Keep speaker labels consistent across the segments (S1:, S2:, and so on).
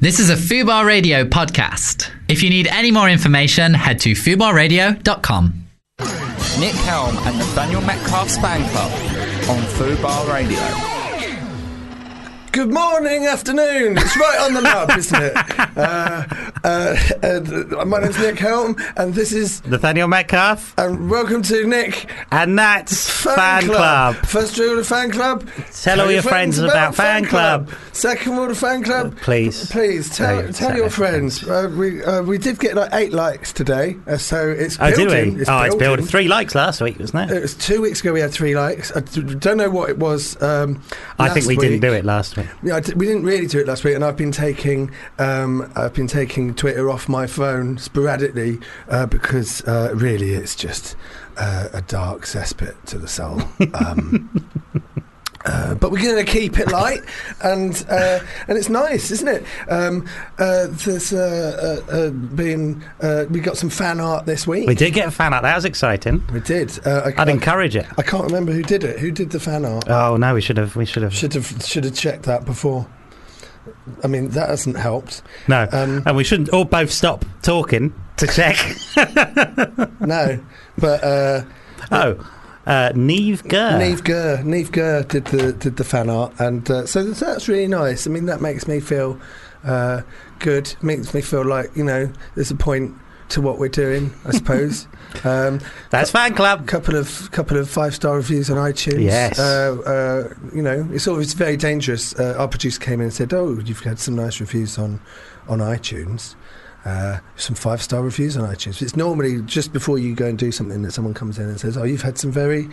S1: This is a Fubar Radio podcast. If you need any more information, head to fubarradio.com.
S2: Nick Helm and Nathaniel Metcalf's fan club on Fubar Radio.
S3: Good morning, afternoon. It's right on the knob, isn't it? Uh, uh, uh, my name's Nick Helm, and this is
S4: Nathaniel Metcalf,
S3: and welcome to Nick
S4: and that's Fan, Club.
S3: First rule of fan club:
S4: Tell all your friends about fan club.
S3: Second rule of fan club:
S4: Please.
S3: please tell
S4: Tell-
S3: tell,
S4: tell
S3: your
S4: everyone.
S3: friends. Uh, we uh, we did get like eight likes today, uh, so it's
S4: Oh,
S3: building.
S4: did we?
S3: It's
S4: oh,
S3: building.
S4: it's
S3: Uh,
S4: building. Three likes last week, wasn't
S3: It
S4: it?
S3: was two weeks ago. We had three likes. I d- don't know what it was. Um,
S4: I think
S3: last
S4: we didn't
S3: week.
S4: do it last week.
S3: Yeah, I d- we didn't really do it last week, and I've been taking um, I've been taking Twitter off my phone sporadically uh, because uh, really it's just uh, a dark cesspit to the soul. Um, uh, but we're going to keep it light, and uh, and it's nice, isn't it? Um, uh, there's uh, uh, uh, been uh, we got some fan art this week.
S4: We did get a fan art. That was exciting.
S3: We did. Uh, I,
S4: I'd
S3: I-
S4: encourage it.
S3: I can't remember who did it. Who did the fan art?
S4: Oh no, we should have. We should have.
S3: Should have should have checked that before. I mean, that hasn't helped.
S4: No,
S3: Um,
S4: and we shouldn't all both stop talking to check.
S3: no, but uh,
S4: oh, uh, Neve Gurr.
S3: Neve Gurr, Neve Gurr did the did the fan art, and uh, so that's- that's really nice. I mean, that makes me feel uh, good. Makes me feel like you know, there's a point to what we're doing. I suppose. um,
S4: That's fan club.
S3: couple of couple of five star reviews on iTunes.
S4: Yes.
S3: Uh, uh, you know, it's always very dangerous. Uh, our producer came in and said, "Oh, you've had some nice reviews on on iTunes." Uh, some five star reviews on iTunes. It's normally just before you go and do something that someone comes in and says, "Oh, you've had some very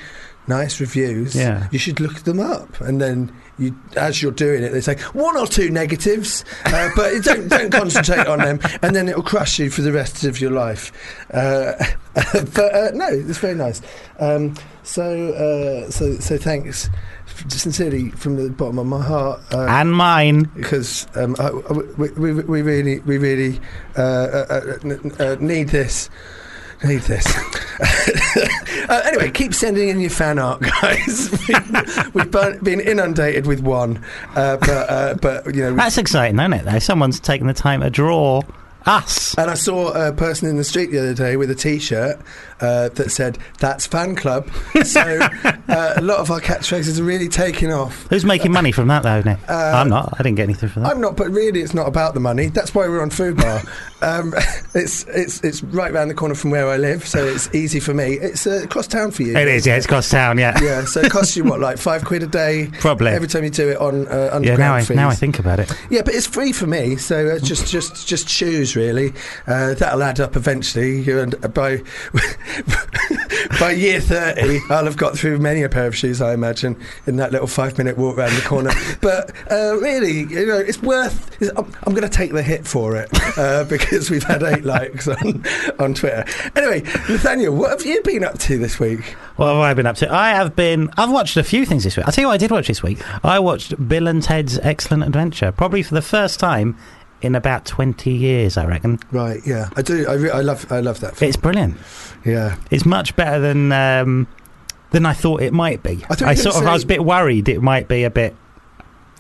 S3: nice reviews.
S4: Yeah.
S3: You should look them up." And then you, as you're doing it, they say one or two negatives, uh, but you don't don't concentrate on them, and then it will crush you for the rest of your life. Uh, but uh, no, it's very nice. Um, so, uh, so, so thanks f- sincerely from the bottom of my heart. Uh,
S4: And mine.
S3: because um, I, I- we, we, we really, we really uh, uh, uh, n- uh, need this, need this. uh, anyway, keep sending in your fan art, guys. We- We've been been inundated with one, uh, but uh, but you know, we-
S4: That's exciting, isn't it? Though someone's taken the time to draw us.
S3: And I saw a person in the street the other day with a T-shirt uh, that said "That's Fan Club." So uh, a lot of our catchphrases are really taking off.
S4: Who's making money from that though? Nick?
S3: Uh,
S4: I'm not. I didn't get anything from that.
S3: I'm not, but really, it's not about the money. That's why we're on Food Bar. um, it's it's it's right round the corner from where I live, so it's easy for me. It's uh, across town for you.
S4: It is, yeah, it's cross town, yeah.
S3: Yeah, so it costs you what, like five quid a day?
S4: Probably.
S3: Every time you do it on uh, underground
S4: Yeah, now I,
S3: fees.
S4: now I think about it.
S3: Yeah, but it's free for me, so uh, just just just choose really. Uh, that'll add up eventually, You and uh, by by year thirty, I'll have got through many a pair of shoes, I imagine, in that little five-minute walk round the corner. but uh, really, you know, it's worth. It's, I'm, I'm going to take the hit for it uh, because we've had eight likes on on Twitter. Anyway, Nathaniel, what have you been up to this week?
S4: What have I been up to? I have been. I've watched a few things this week. I'll tell you what I did watch this week. I watched Bill and Ted's Excellent Adventure, probably for the first time in about 20 years, I reckon.
S3: Right, yeah, I do. I, re- I love I love that. Film.
S4: It's brilliant.
S3: Yeah,
S4: It's much better than um, than I thought it might be.
S3: I thought you were
S4: sort of
S3: gonna
S4: I
S3: say-
S4: was a bit worried it might be a bit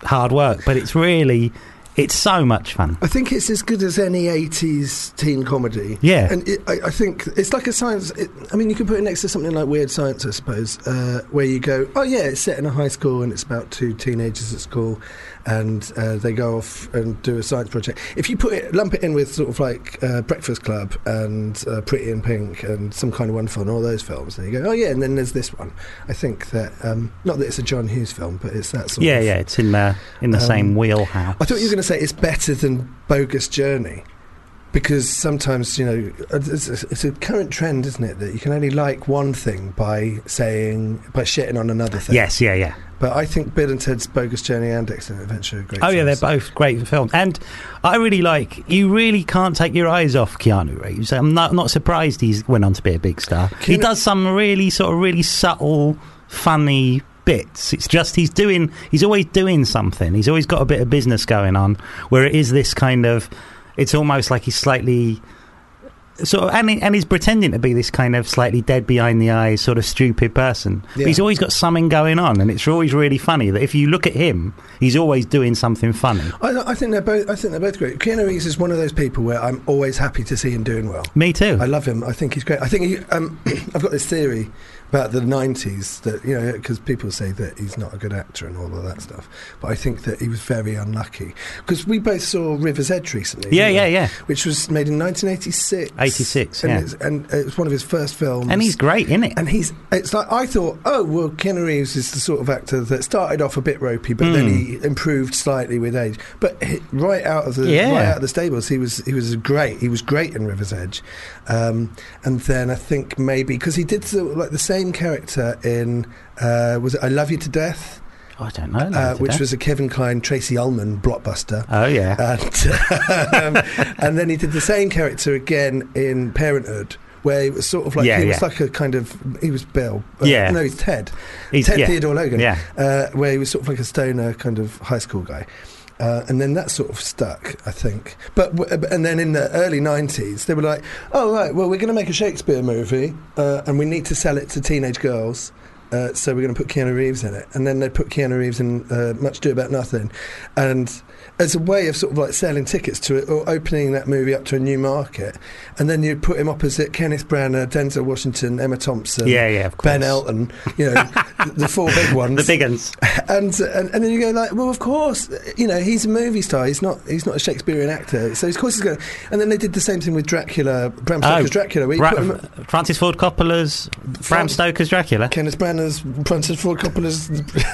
S4: hard work, but it's really it's so much fun.
S3: I think it's as good as any '80s teen comedy.
S4: Yeah.
S3: And it, I, I think it's like a science. It, I mean, you can put it next to something like Weird Science, I suppose, uh, where you go, oh, yeah, it's set in a high school and it's about two teenagers at school and uh, they go off and do a science project. If you put it, lump it in with sort of like uh, Breakfast Club and uh, Pretty in Pink and Some Kind of Wonderful and all those films, and you go, oh, yeah, and then there's this one. I think that, um, not that it's a John Hughes film, but it's that sort
S4: Yeah,
S3: of.
S4: yeah, it's in the in the
S3: Um,
S4: same wheelhouse.
S3: I thought you were going to say it's better than bogus journey. Because sometimes, you know, uh, it's, it's it's a current trend, isn't it, that you can only like one thing by saying, by shitting on another thing.
S4: Yes, yeah, yeah.
S3: But I think Bill and Ted's Bogus Journey and Excellent Adventure are great.
S4: Oh yeah, they're
S3: films.
S4: both great films, and I really like. You really can't take your eyes off Keanu Reeves. I'm not not surprised he's went on to be a big star. he
S3: Keanu-
S4: does some really sort of really subtle, funny bits. It's just he's doing. He's always doing something. He's always got a bit of business going on where it is this kind of. It's almost like he's slightly So and he, and he's pretending to be this kind of slightly dead behind the eyes, sort of stupid person. But he's
S3: Yeah.
S4: always got something going on, and it's always really funny that if you look at him, he's always doing something funny.
S3: I, I think they're both. I think they're both great. Keanu Reeves is one of those people where I'm always happy to see him doing well.
S4: Me too.
S3: I love him. I think he's great. I think he, um, I've got this theory about the '90s that you know because people say that he's not a good actor and all of that stuff, but I think that he was very unlucky because we both saw River's Edge recently.
S4: yeah,
S3: didn't
S4: yeah,
S3: we?
S4: yeah.
S3: Which was made in 1986.
S4: 86,
S3: and
S4: yeah.
S3: it's, and it was one of his first films.
S4: And he's great in it.
S3: And he's, it's like, I thought, oh, well, Keanu Reeves is the sort of actor that started off a bit ropey, but then he improved slightly with age. But he, right out of the,
S4: Yeah.
S3: right out of the stables, he was, he was great. He was great in River's Edge. Um, and then I think maybe, because he did the, like the same character in, uh, was it I Love You to Death?
S4: Oh, I don't know.
S3: Uh,
S4: like,
S3: which
S4: did I?
S3: was uh, a Kevin Kline, Tracy Ullman blockbuster.
S4: oh yeah.
S3: And, um, and then he did the same character again in Parenthood, where he was sort of like
S4: Yeah,
S3: he
S4: yeah.
S3: was like a kind of he was Bill. Uh,
S4: Yeah.
S3: no, he's Ted.
S4: He's-
S3: Ted
S4: yeah.
S3: Theodore Logan.
S4: Yeah.
S3: uh, where he was sort of like a stoner kind of high school guy. Uh, and then that sort of stuck, I think. But w- uh, and then in the early '90s, they were like, "Oh right, well we're going to make a Shakespeare movie, uh, and we need to sell it to teenage girls, uh, so we're going to put Keanu Reeves in it." And then they put Keanu Reeves in uh, Much Do About Nothing, and as a way of sort of like selling tickets to it or opening that movie up to a new market, and then you put him opposite Kenneth Branagh, Denzel Washington, Emma Thompson,
S4: Yeah, yeah, of course.
S3: Ben Elton, you know, the four big ones
S4: the big uns.
S3: and, and and then you go like, well, of course, you know, he's a movie star. He's not he's not a Shakespearean actor. So of course he's going. to And then they did the same thing with Dracula, Bram Stoker's Dracula. where you put him-
S4: Bra- Francis Ford Coppola's Bram
S3: Fran-
S4: Stoker's Dracula.
S3: Kenneth Branagh's Francis Ford Coppola's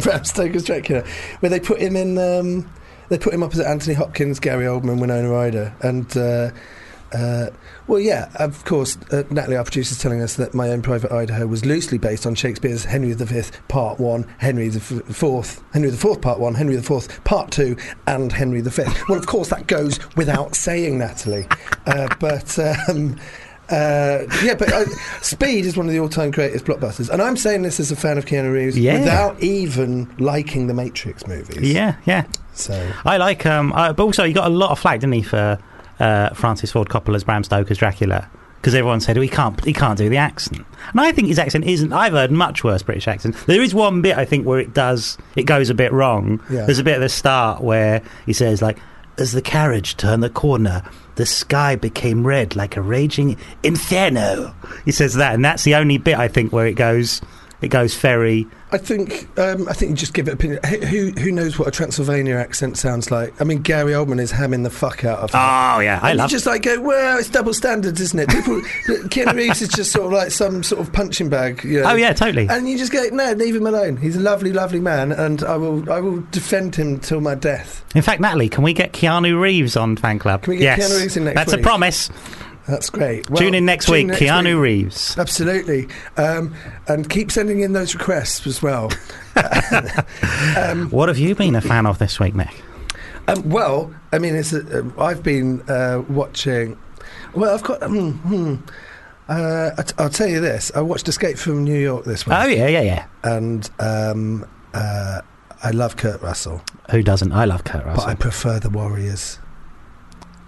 S3: Bram Stoker's Dracula, where they put him in. Um, they put him up as Anthony Hopkins, Gary Oldman, Winona Ryder, and. Uh, uh, well, yeah, of course. Uh, Natalie, our producer, is telling us that My Own Private Idaho was loosely based on Shakespeare's Henry V, Part One, Henry the F- Fourth, Henry the Fourth, Part One, Henry the Fourth, Part Two, and Henry the Fifth. Well, of course, that goes without saying, Natalie. Uh, but um, uh, yeah, but uh, Speed is one of the all-time greatest blockbusters, and I'm saying this as a fan of Keanu Reeves
S4: Yeah.
S3: without even liking the Matrix movies.
S4: Yeah, yeah.
S3: So
S4: I like. Um, I, but also, he got a lot of flack, didn't he, for uh, Francis Ford Coppola's Bram Stoker's Dracula? Because everyone said oh, he can't, he can't do the accent, and I think his accent isn't. I've heard much worse British accents. There is one bit I think where it does, it goes a bit wrong.
S3: Yeah.
S4: There's a bit at the start where he says like, "As the carriage turned the corner, the sky became red like a raging inferno." He says that, and that's the only bit I think where it goes, it goes very.
S3: I think um, I think you just give it opinion. Who- Who who knows what a Transylvania accent sounds like? I mean, Gary Oldman is hamming the fuck out of. that.
S4: Oh yeah, I
S3: And you
S4: love.
S3: just like go, well, it's double standards, isn't it? People, Keanu Reeves is just sort of like some sort of punching bag. You know?
S4: Oh yeah, totally.
S3: And you just go, no, leave him alone. He's a lovely, lovely man, and I will, I will defend him till my death.
S4: In fact, Natalie, can we get Keanu Reeves on fan club?
S3: Can we get Keanu Reeves in next
S4: That's a
S3: week?
S4: promise.
S3: That's great. Well,
S4: tune in next
S3: tune
S4: week, Keanu
S3: week.
S4: Reeves.
S3: Absolutely, um, and keep sending in those requests as well.
S4: What have you been a fan of this week, Nick?
S3: Um, well, I mean, it's a, um, I've been uh, watching. Well, I've got. Hmm, hmm. Uh, I t- I'll tell you this. I watched Escape from New York this week,
S4: Oh yeah, yeah, yeah.
S3: and um, uh, I love Kurt Russell,
S4: Who doesn't? I love Kurt
S3: but
S4: Russell.
S3: I prefer the Warriors.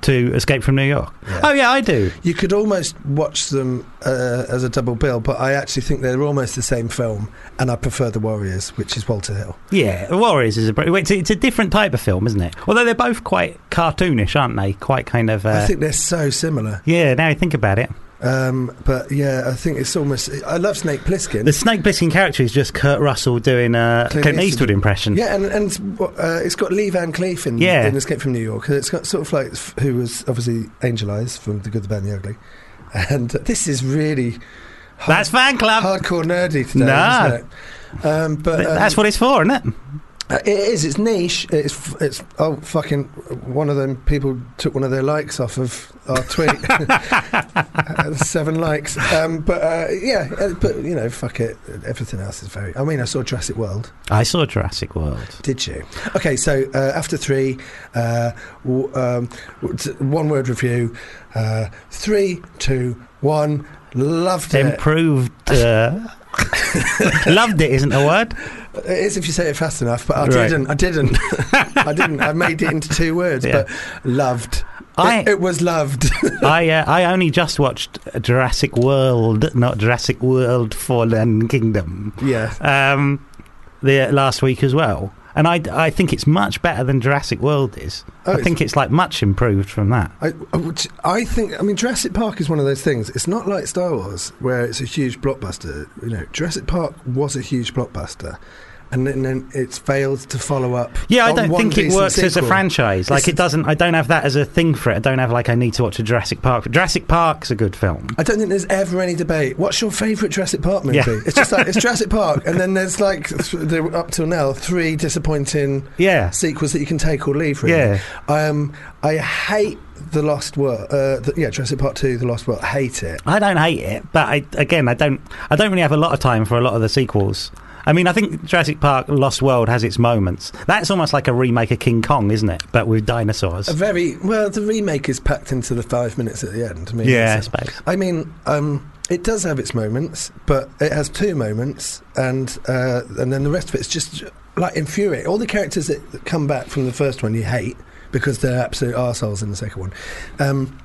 S4: to Escape from New York. Oh yeah, I do.
S3: You could almost watch them uh, as a double bill, but I actually think they're almost the same film, and I prefer the Warriors, which is Walter Hill.
S4: Yeah, The Warriors is a br- it's, it's a different type of film, isn't it? Although they're both quite cartoonish, aren't they? Quite kind of.
S3: I
S4: Uh,
S3: think they're so similar,
S4: yeah, now you think about it,
S3: um, but yeah, I think it's almost. I love Snake Plissken.
S4: the Snake Plissken character is just Kurt Russell doing a Clint,
S3: Clint
S4: Eastwood,
S3: Eastwood.
S4: impression.
S3: Yeah, and and it's, uh, it's got Lee Van Cleef in,
S4: Yeah.
S3: in Escape from New York. and It's got sort of like f- who was obviously Angel Eyes from The Good, the Bad, and the Ugly. And uh, this is really
S4: That's fan club.
S3: hardcore nerdy today,
S4: Nah.
S3: isn't it? Um, but
S4: Th-
S3: um,
S4: That's what it's for, isn't it?
S3: uh, it is. It's niche. It's f- it's oh fucking one of them people took one of their likes off of our tweet. Uh, Seven likes. Um, but uh, yeah, uh, but you know, fuck it. Everything else is very. I mean, I saw Jurassic World.
S4: I saw Jurassic World.
S3: Did you? Okay, so uh, after three, uh, w- um, w- t- one word review. Uh, three, two, one. Loved it.
S4: improved. Uh, loved it isn't a word.
S3: It is if you say it fast enough, but I
S4: Right.
S3: didn't. I didn't. I didn't. I made it into two words,
S4: Yeah.
S3: but loved.
S4: I
S3: It, it was loved.
S4: I uh, I only just watched Jurassic World, not Jurassic World Fallen Kingdom,
S3: yeah.
S4: um, the last week as well, and I I think it's much better than Jurassic World is.
S3: Oh,
S4: I think it's like much improved from that.
S3: I, I would- I think, I mean, Jurassic Park is one of those things. It's not like Star Wars, where it's a huge blockbuster. You know, Jurassic Park was a huge blockbuster, and then, then it's failed to follow up.
S4: Yeah, I
S3: on
S4: don't
S3: Oh, one
S4: think it
S3: decent
S4: works as a
S3: sequel.
S4: franchise. Like
S3: It's-
S4: it doesn't. I don't have that as a thing for it. I don't have like I need to watch a Jurassic Park. Jurassic Park's a good film.
S3: I don't think there's ever any debate. What's your favourite Jurassic Park movie?
S4: Yeah.
S3: It's just like it's Jurassic Park, and then there's like th- there were up till now three disappointing
S4: Yeah.
S3: sequels that you can take or leave. Really.
S4: Yeah.
S3: Um, I hate the Lost World. Uh, the, yeah, Jurassic Park Two, the Lost World. Hate it.
S4: I don't hate it, but I, again, I don't. I don't really have a lot of time for a lot of the sequels. I mean, I think Jurassic Park: Lost World has its moments. That's almost like a remake of King Kong, isn't it? But with dinosaurs.
S3: A very well. The remake is packed into the five minutes at the end. I mean,
S4: yeah, I
S3: it's-
S4: suppose.
S3: I mean, um, it does have its moments, but it has two moments, and uh, and then the rest of it's just like infuriate. All the characters that that come back from the first one you hate because they're absolute arseholes in the second one. Um,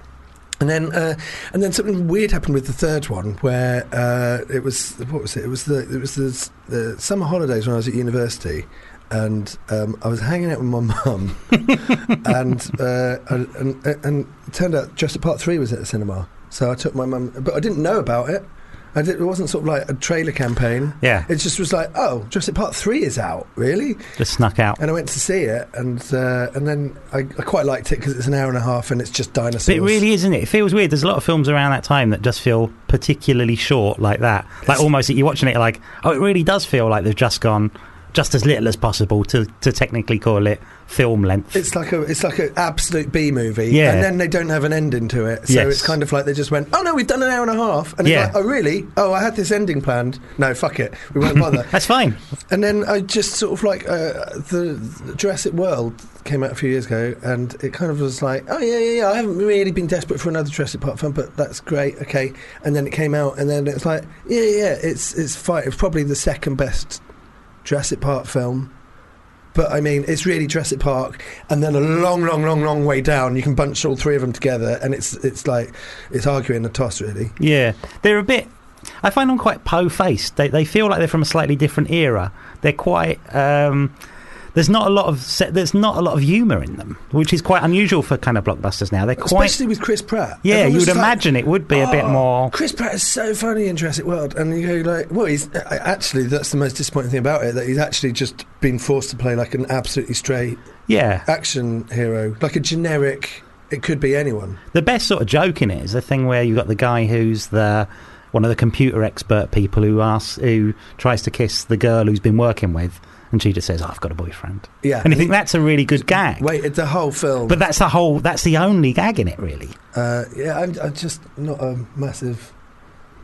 S3: and then, uh, and then something weird happened with the third one, where uh, it was what was it? It was the it was the, the summer holidays when I was at university, and um, I was hanging out with my mum, and, uh, and and and it turned out Jurassic Part Three was at the cinema, so I took my mum, but I didn't know about it. I did, it wasn't sort of like a trailer campaign.
S4: Yeah,
S3: It just was like, oh, Jurassic Part Three is out, really?
S4: just snuck out.
S3: And I went to see it, and uh, and then I, I quite liked it because it's an hour and a half, and it's just dinosaurs.
S4: But it really isn't it? It feels weird. There's a lot of films around that time that just feel particularly short, like that. Like almost you're watching it, you're like, oh, it really does feel like they've just gone just as little as possible to to technically call it film length.
S3: It's like a it's like an absolute B movie,
S4: Yeah.
S3: and then they don't have an ending to it, so
S4: Yes.
S3: it's kind of like they just went, "Oh no, we've done an hour and a half," and
S4: Yeah.
S3: it's like, "Oh really? Oh, I had this ending planned. No, fuck it, we won't bother."
S4: That's fine.
S3: and then I just sort of like uh, the Jurassic World came out a few years ago, and it kind of was like, "Oh yeah, yeah, yeah." I haven't really been desperate for another Jurassic Park film, but that's great, okay. And then it came out, and then it's like, "Yeah, yeah, yeah, it's it's fine. It's probably the second best Jurassic Park film." But I mean, it's really Jurassic Park, and then a long, long, long, long way down, you can bunch all three of them together, and it's it's like it's arguing a toss, really.
S4: Yeah, they're a bit. I find them quite po-faced. They they feel like they're from a slightly different era. They're quite. Um, there's not a lot of se- there's not a lot of humour in them, which is quite unusual for kind of blockbusters now. They're quite.
S3: Especially with Chris Pratt.
S4: yeah,
S3: Everyone
S4: you
S3: was
S4: would
S3: just like,
S4: imagine it would be a bit
S3: "Oh,
S4: more.
S3: Chris Pratt is so funny in Jurassic World, and you go like, well, he's I- actually that's the most disappointing thing about it that he's actually just been forced to play like an absolutely straight
S4: Yeah,
S3: action hero, like a generic. It could be anyone.
S4: the best sort of joke in it is the thing where you've got the guy who's the one of the computer expert people who asks who tries to kiss the girl who's been working with, and she just says, "Oh, "I've got a boyfriend,"
S3: Yeah,
S4: and you think that's a really good gag.
S3: waited the whole film.
S4: But that's the whole. That's the only gag in it, really.
S3: Uh, yeah, I'm, I'm just not a massive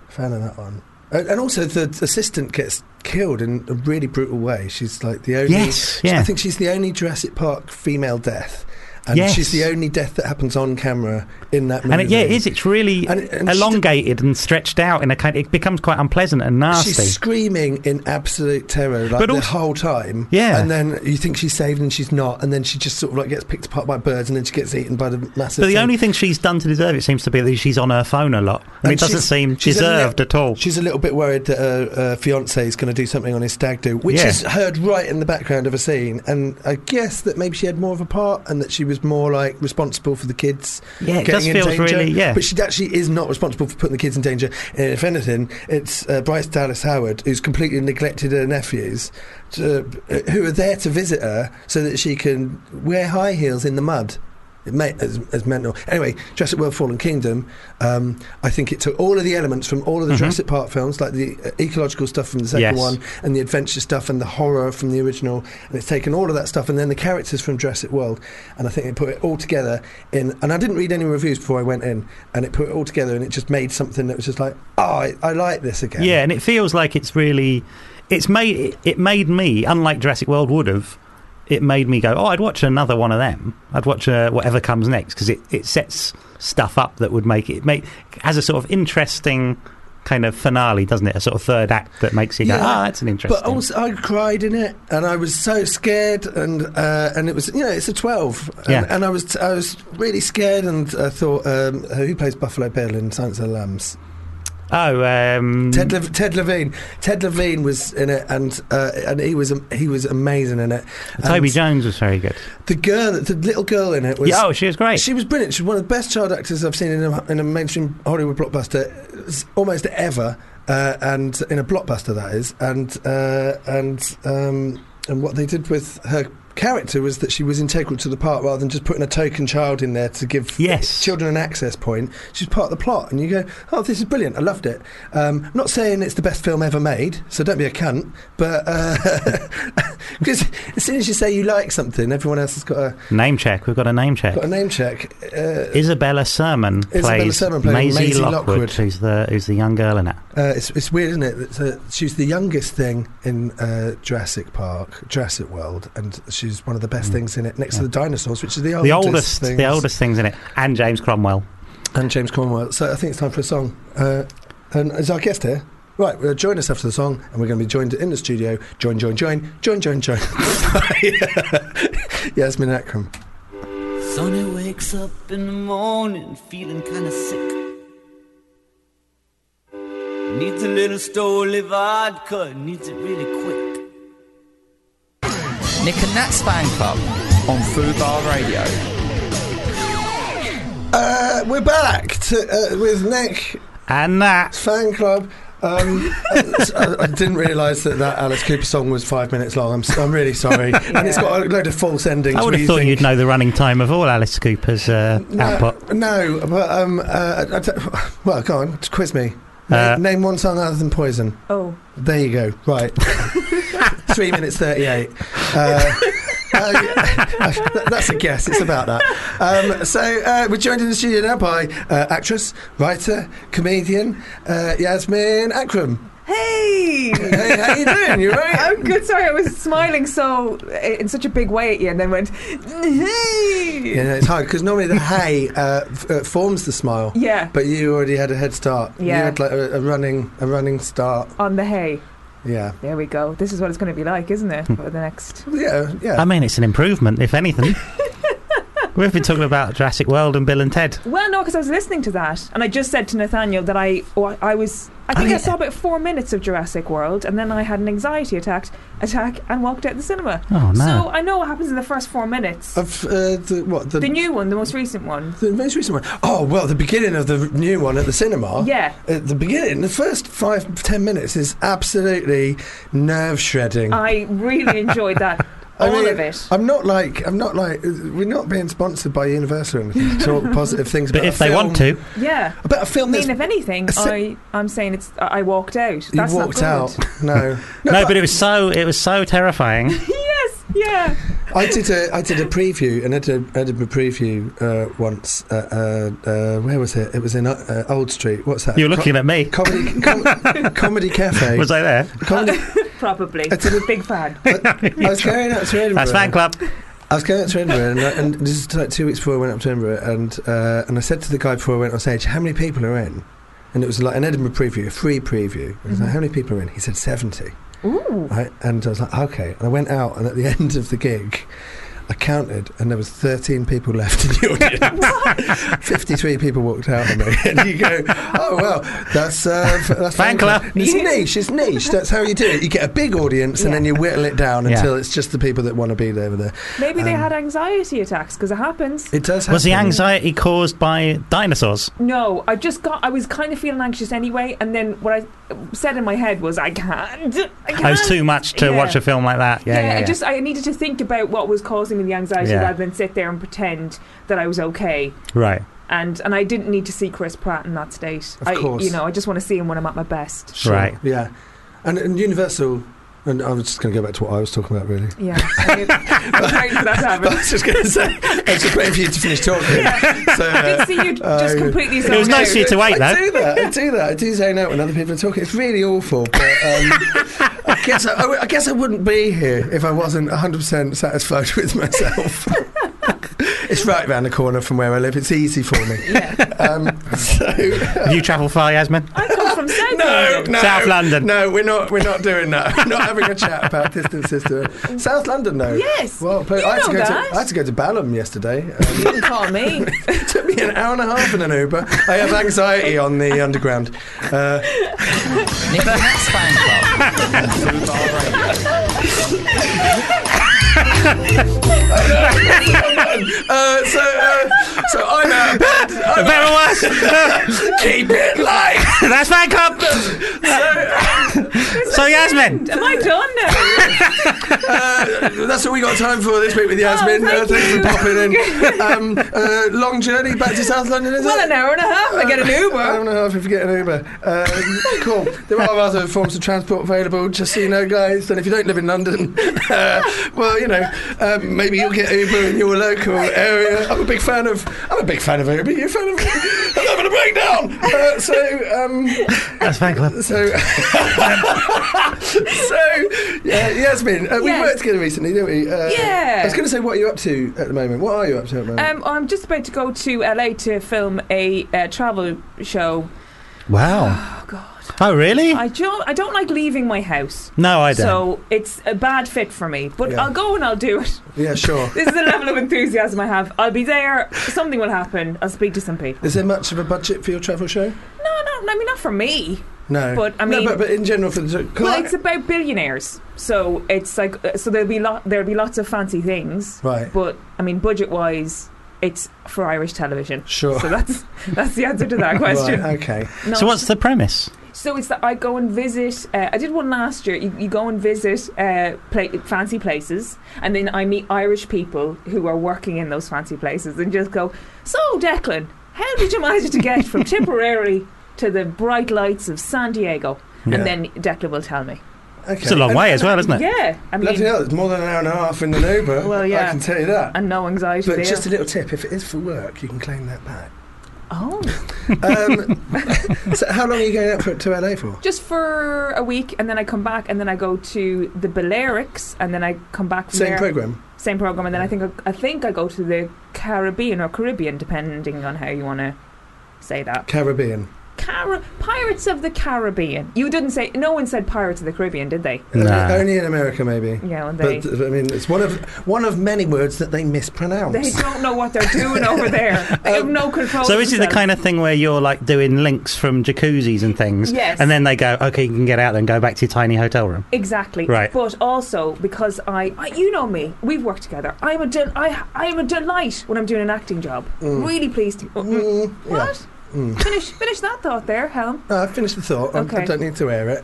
S3: fan of that one. And, and also, the assistant gets killed in a really brutal way. She's like the only.
S4: Yes, yeah.
S3: I think she's the only Jurassic Park female death, and
S4: Yes.
S3: she's the only death that happens on camera in that movie.
S4: And it, yeah, it is. It's really
S3: And it- and she-
S4: elongated and stretched out in a kind. It becomes quite unpleasant and nasty.
S3: She's screaming in absolute terror like
S4: But
S3: the
S4: also-
S3: whole time.
S4: Yeah.
S3: and then you think she's saved and she's not, and then she just sort of like gets picked apart by birds, and then she gets eaten by the massive.
S4: but the
S3: thing.
S4: only thing she's done to deserve it seems to be that she's on her phone a lot. I mean,
S3: And
S4: it doesn't
S3: she's-
S4: seem
S3: she's a
S4: deserved at all.
S3: She's a little bit worried that her uh, fiance is going to do something on his stag do, which
S4: Yeah.
S3: is heard right in the background of a scene. And I guess that maybe she had more of a part and that she was more like responsible for the kids.
S4: Yeah, it
S3: getting
S4: does
S3: in
S4: feels
S3: danger.
S4: really. Yeah,
S3: But she actually is not responsible for putting the kids in danger. And if anything, it's uh, Bryce Dallas Howard who's completely neglected her nephews, to, uh, who are there to visit her so that she can wear high heels in the mud. It may, as, as mental. Anyway, Jurassic World: Fallen Kingdom. Um, I think it took all of the elements from all of the
S4: Mhm.
S3: Jurassic Park films, like the uh, ecological stuff from the second
S4: Yes.
S3: one, and the adventure stuff, and the horror from the original, and it's taken all of that stuff, and then the characters from Jurassic World, and I think it put it all together in. And I didn't read any reviews before I went in, and it put it all together, and it just made something that was just like, oh, I, I like this again.
S4: yeah, and it feels like it's really. It's made it made me unlike Jurassic World would have. It made me go, oh, I'd watch another one of them. I'd watch uh, whatever comes next because it, it sets stuff up that would make it make has a sort of interesting kind of finale, doesn't it? A sort of third act that makes you go,
S3: Yeah.
S4: ah, that's an interesting.
S3: But also, I cried in it, and I was so scared, and uh, and it was you know it's a twelve, and,
S4: Yeah.
S3: and I was I was really scared, and I thought um, who plays Buffalo Bill in Silence of the Lambs?
S4: oh, um,
S3: Ted, Lev- Ted Levine. Ted Levine was in it, and uh, and he was am- he was amazing in it.
S4: Toby
S3: And
S4: Jones was very good.
S3: the girl, the little girl in it was.
S4: yeah, oh, she was great.
S3: She was brilliant. She's one of the best child actors I've seen in a, in a mainstream Hollywood blockbuster, s- almost ever, uh, and in a blockbuster that is. And uh, and um, and what they did with her character was that she was integral to the part rather than just putting a token child in there to give uh,
S4: Yes.
S3: children an access point. She's part of the plot, and you go, "Oh, this is brilliant! I loved it." Um, not saying it's the best film ever made, so don't be a cunt. But because as soon as you say you like something, everyone else has got a
S4: name check. We've got a name check.
S3: got a name check. Uh,
S4: Isabella Sermon plays,
S3: Isabella Sermon playing
S4: Maisie,
S3: Maisie
S4: Lockwood,
S3: Lockwood.
S4: who's the who's the young girl in it.
S3: Uh, it's, it's weird, isn't it? That uh, she's the youngest thing in uh, Jurassic Park, Jurassic World, and she's one of the best
S4: Mm.
S3: things in it, next
S4: Yeah.
S3: to the dinosaurs, which is the oldest.
S4: The oldest,
S3: things.
S4: the oldest things in it, and James Cromwell.
S3: And James Cornwell. So I think it's time for a song. Uh, and is our guest here? Right, well, join us after the song, and we're going to be joined in the studio. Join, join, join, join, join, join. Yasmin Akram.
S5: Sonny wakes up in the morning feeling kinda sick. Needs a little Stoli vodka, needs it really quick.
S2: Nick and Nat's Fan Club on Fubar Radio.
S3: Uh, we're back to, uh, with Nick
S4: And that
S3: fan club. Um, I, I didn't realise that that Alice Cooper song was five minutes long. I'm, s am really sorry, and it's got a load of false endings.
S4: I would
S3: where
S4: have
S3: you
S4: thought
S3: think-
S4: you'd know the running time of all Alice Cooper's uh, output.
S3: No, no, but um, uh, I don't- well, go on, quiz me. Na-
S4: Uh,
S3: name one song other than Poison.
S6: Oh,
S3: There you go. Right, three minutes thirty-eight. Uh, uh, that- that's a guess. It's about that. Um, so uh, we're joined in the studio now by uh, actress, writer, comedian uh, Yasmin Akram.
S6: hey!
S3: hey, how you doing? You right?
S6: I'm good. Sorry, I was smiling so in such a big way at you, and then went, hey!
S3: Yeah, no, it's hard because normally the hey uh, f- uh, forms the smile.
S6: Yeah,
S3: But you already had a head start. You
S6: Yeah.
S3: had like a, a running, a running start.
S6: on the hay.
S3: Yeah.
S6: There we go. This is what it's going to be like, isn't it? For the next.
S3: Yeah. Yeah.
S4: I mean, it's an improvement, if anything. We've been talking about Jurassic World and Bill and Ted.
S6: Well, no, because I was listening to that, and I just said to Nathaniel that I, oh, I was, I think I saw about four minutes of Jurassic World, and then I had an anxiety attack, attack, and walked out the cinema.
S4: Oh
S6: So
S4: no!
S6: I know what happens in the first four minutes.
S3: of uh, the what the,
S6: the new one, the most recent one.
S3: the most recent one. Oh well, the beginning of the r- new one at the cinema.
S6: Yeah.
S3: At the beginning, the first five ten minutes is absolutely nerve shredding.
S6: I really enjoyed that.
S3: I
S6: all
S3: mean,
S6: of it.
S3: I'm not like I'm not like uh, we're not being sponsored by Universal or anything to talk positive things
S4: but
S3: about
S4: if
S3: a
S4: they
S3: film,
S4: want to,
S6: Yeah.
S3: about a film
S6: I
S3: that's
S6: mean, if anything,
S3: a si-
S6: I, I'm saying it's. I I walked out.
S3: you
S6: That's
S3: walked
S6: not
S3: out.
S6: good.
S3: No.
S4: no. but it was so it was so terrifying.
S6: yes. Yeah.
S3: I did a I did a preview an Edinburgh, Edinburgh preview uh, once. Uh, uh, uh, where was it? It was in uh, uh, Old Street. What's that?
S4: You were looking at me.
S3: Co- comedy com- comedy cafe.
S4: Was I there?
S3: comedy,
S6: Probably.
S3: I did
S6: Big fan.
S3: I, I was going out to Edinburgh.
S4: That's fan club.
S3: I was going out to Edinburgh, and, uh, and this is like two weeks before I went up to Edinburgh, and uh, and I said to the guy before I went on stage, "How many people are in?" And it was like an Edinburgh preview, a free preview. I was like,
S6: Mhm.
S3: "How many people are in?" He said seventy.
S6: Ooh.
S3: Right? And I was like, "Okay." And I went out, and at the end of the gig. I counted, and there was 13 people left in the audience. 53 people walked out on me, and you go, "Oh well, that's uh, f- that's
S4: Fan club.
S3: And It's niche. It's niche. That's how you do it. You get a big audience, and
S6: Yeah.
S3: then you whittle it down
S4: Yeah.
S3: until it's just the people that want to be there. With there,
S6: Maybe they
S3: Um,
S6: had anxiety attacks because it happens.
S3: it does. Happen.
S4: Was the anxiety caused by dinosaurs?
S6: No, I just got. I was kind of feeling anxious anyway, and then what I said in my head was, I can't. I can't.
S4: It was too much to
S6: Yeah.
S4: watch a film like that. Yeah,
S6: Yeah,
S4: yeah, yeah.
S6: I just I needed to think about what was causing me the anxiety
S4: Yeah.
S6: rather than sit there and pretend that I was okay.
S4: right.
S6: And and I didn't need to see Chris Pratt in that state.
S3: Of
S6: I,
S3: course.
S6: You know, I just want to see him when I'm at my best.
S3: Sure.
S4: Right.
S3: Yeah, and, and Universal. And I was just going to go back to what I was talking about, really.
S6: Yeah. I mean, I was waiting for that to
S3: I
S6: happen.
S3: was just going to say, I was just waiting for you to finish talking. So,
S6: I
S3: uh,
S6: did see you just
S3: Uh,
S6: completely.
S4: It was
S6: zoned
S4: nice
S6: out.
S4: for you to wait,
S3: I
S4: though.
S3: do that. I do that. I do zone out when other people are talking. It's really awful. But um, I guess I, I w- I guess I wouldn't be here if I wasn't 100 percent satisfied with myself. it's right round the corner from where I live. It's easy for me.
S6: Yeah.
S3: Um, so
S4: You travel far, Yasmin?
S6: I come You're from South
S3: No,
S6: London.
S3: no,
S4: South London.
S3: No, we're not. We're not doing that. We're not having a chat about distances to South London, though.
S6: Yes,
S3: Well, but
S6: you
S3: I had to
S6: know
S3: go to
S6: that.
S3: I had to go to Balham yesterday. Um,
S6: You didn't call me.
S3: it took me an hour and a half in an Uber. I have anxiety on the underground. Uh,
S2: Nicola Max Fan Club on Foo Bar Radio.
S3: uh, so, uh, so I'm out. of bed. I'm
S4: Better or worse?
S3: keep it light.
S4: That's Fan Club! so, Yasmin,
S6: Am I done now?
S3: Uh, that's all we got time for this week with Yasmin.
S6: Oh, thank
S3: uh, thanks for popping in. Um, uh, long journey back to South London, is
S6: Well,
S3: it?
S6: an hour and a half. I get an
S3: I
S6: Uber.
S3: don't know if you get an Uber. Uh, cool. There are other forms of transport available, just so you know, guys. And if you don't live in London, uh, well, you know, um, maybe you'll get Uber in your local area. I'm a big fan of. I'm a big fan of Uber. You a fan of? I'm having a breakdown. Uh, so. Um,
S4: that's Fan Club.
S3: so, so yeah, Yasmin, uh, we
S6: Yes.
S3: worked together recently, didn't we? Uh,
S6: Yeah.
S3: I was going to say, what are you up to at the moment? What are you up to at the moment?
S6: Um, I'm just about to go to LA to film a uh, travel show.
S4: Wow.
S6: Oh God,
S4: Oh, really?
S6: I don't. I don't like leaving my house.
S4: no, I don't.
S6: So it's a bad fit for me, but
S3: Yeah.
S6: I'll go and I'll do it.
S3: yeah, sure.
S6: This is the level of enthusiasm I have. I'll be there. Something will happen. I'll speak to some people.
S3: Is there much of a budget for your travel show?
S6: No, no, I mean not for me.
S3: No.
S6: But, I mean-
S3: no, but, but in general for the
S6: Well, it's about billionaires, so it's like uh, so there'll be lot there'll be lots of fancy things,
S3: right.
S6: but I mean budget wise, it's for Irish television.
S3: Sure.
S6: So that's that's the answer to that question.
S3: Oh. Right, okay.
S6: No,
S4: So what's the premise?
S6: so it's that I go and visit. Uh, I did one last year. You, you go and visit uh, pla fancy places, and then I meet Irish people who are working in those fancy places, and just go. So Declan, how did you manage to get from Tipperary to the bright lights of San Diego?
S3: Yeah.
S6: And then Declan will tell me.
S3: Okay.
S4: It's a long
S3: And-
S4: way as well, isn't it?
S6: Yeah, I mean,
S3: Bloody hell, it's more than an hour and a half in an Uber.
S6: Well, yeah.
S3: I can tell you that.
S6: and no anxiety
S3: but
S6: there.
S3: just a little tip: if it is for work, you can claim that back.
S6: oh,
S3: Um, so, how long are you going out for, to LA for?
S6: just for a week, and then I come back, and then I go to the Balearics, and then I come back from
S3: Same
S6: there,
S3: program.
S6: same program, and then I think I, I think I go to the Caribbean or Caribbean, depending on how you want to say that.
S3: Caribbean.
S6: Car- Pirates of the Caribbean. You didn't say. No one said Pirates of the Caribbean, did they?
S4: Nah.
S3: Uh, only in America, maybe.
S6: Yeah, and they
S3: But I mean, it's one of one of many words that they mispronounce.
S6: they don't know what they're doing over there. They
S3: Um,
S6: have no control.
S4: So is it the
S6: themselves.
S4: kind of thing where you're like doing links from jacuzzis and things,
S6: Yes.
S4: and then they go, okay, you can get out and go back to your tiny hotel room?
S6: Exactly.
S4: Right.
S6: But also because I, I you know me, we've worked together. I'm a del- I, I am a delight when I'm doing an acting job. Really pleased. To-
S3: Mm, yeah. Mm.
S6: What? Finish finish that thought there, Helm.
S3: No, I finished the thought. I- I
S6: Okay.
S3: don't need to air it.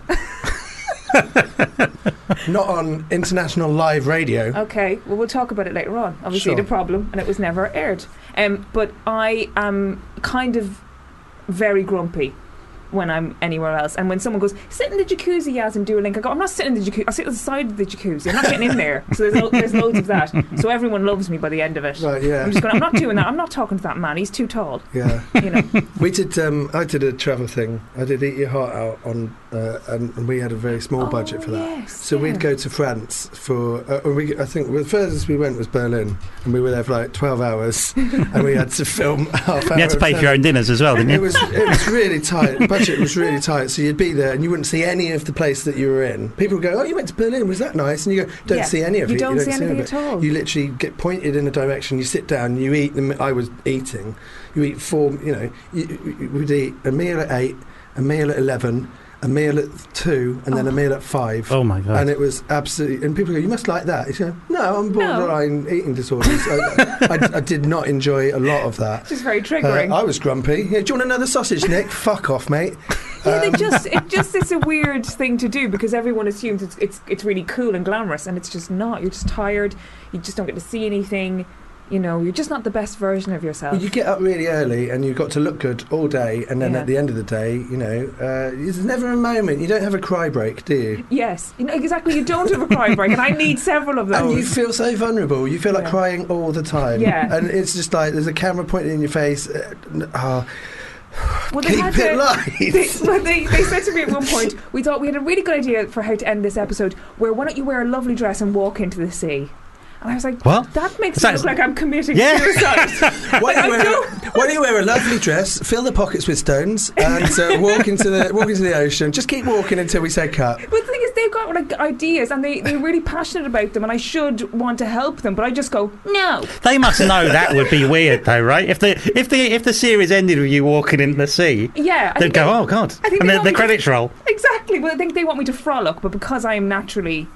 S3: Not on international live radio.
S4: Oh,
S6: Okay. Well, we'll talk about it later on. Obviously,
S3: Sure.
S6: the problem, and it was never aired. Um, but I am kind of very grumpy when I'm anywhere else. And when someone goes, sit in the jacuzzi, Yaz, and do a link, I go, I'm not sitting in the jacuzzi. I sit on the side of the jacuzzi. I'm not getting in there. So there's, lo- there's loads of that. So everyone loves me by the end of it.
S3: Right, yeah,
S6: I'm just going. I'm not doing that. I'm not talking to that man. He's too tall.
S3: yeah.
S6: You know.
S3: We did. Um, I did a travel thing. I did eat your heart out on, uh, and, and we had a very small
S4: Oh,
S3: budget for that.
S6: Oh, Yes,
S3: So we'd go to France for. Uh, or we, I think the furthest we went was Berlin, and we were there for like twelve hours, and we had to film half.
S4: You had to pay for your own dinners as well, didn't
S3: It
S4: you?
S3: was it was really tight. The budget was really tight. So you'd be there and you wouldn't see any of the place that you were in. People would go, "Oh, you went to Berlin? Was that nice?" And you go, "Don't
S6: Yeah.
S3: see any of
S6: You
S3: it.
S6: don't
S3: you
S6: see anything
S3: any
S6: at all.
S3: You literally get pointed in a direction. You sit down. You eat. And I was eating. You eat four. You know, you, you would eat a meal at eight, a meal at eleven, a meal at two, and then a meal at five.
S4: Oh my god!
S3: And it was absolutely. And people go, "You must like that." You go, "No, I'm borderline eating disorders. I, I, I did not enjoy a lot of that.
S6: It's just very
S3: Uh,
S6: triggering.
S3: I was grumpy. Yeah, do you want another sausage, Nick? Fuck off, mate.
S6: yeah,
S3: um,
S6: they just it just it's a weird thing to do because everyone assumes it's it's it's really cool and glamorous, and it's just not. You're just tired. You just don't get to see anything. You know, you're just not the best version of
S3: Well,
S6: yourself.
S3: you get up really early and you've got to look good all day, and then
S6: Yeah.
S3: at the end of the day, you know, uh, there's never a moment. You don't have a cry break, do you?
S6: yes, you know, exactly. You don't have a cry break, and I need several of
S3: And you
S6: those.
S3: feel so vulnerable. You feel like
S6: Yeah.
S3: crying all the time.
S6: Yeah.
S3: And it's just like there's a camera pointed in your face. Uh, n- ah,
S6: Well, they
S3: keep
S6: had
S3: it
S6: to- They,
S3: light.
S6: well, they, they said to me at one point, we thought we had a really good idea for how to end this episode, where why don't you wear a lovely dress and walk into the sea? And I was like,
S4: Well,
S6: that makes it
S4: sounds-
S6: look like I'm committing
S4: Yeah.
S6: suicide.
S3: Why do, you
S6: I
S3: wear, why do you wear a lovely dress, fill the pockets with stones, and uh, walk into the walk into the ocean? Just keep walking until we say cut.
S6: but the thing is, they've got like ideas and they, they're really passionate about them, and I should want to help them, but I just go, no.
S4: They must know that would be weird, though, right? If the if the if the series ended with you walking into the sea,
S6: Yeah. I
S4: they'd
S6: think
S4: go,
S6: they-
S4: "Oh God!"
S6: I think
S4: And
S6: they
S4: then
S6: want
S4: the
S6: me to-
S4: credits roll.
S6: Exactly. Well, I think they want me to frolic, but because I am naturally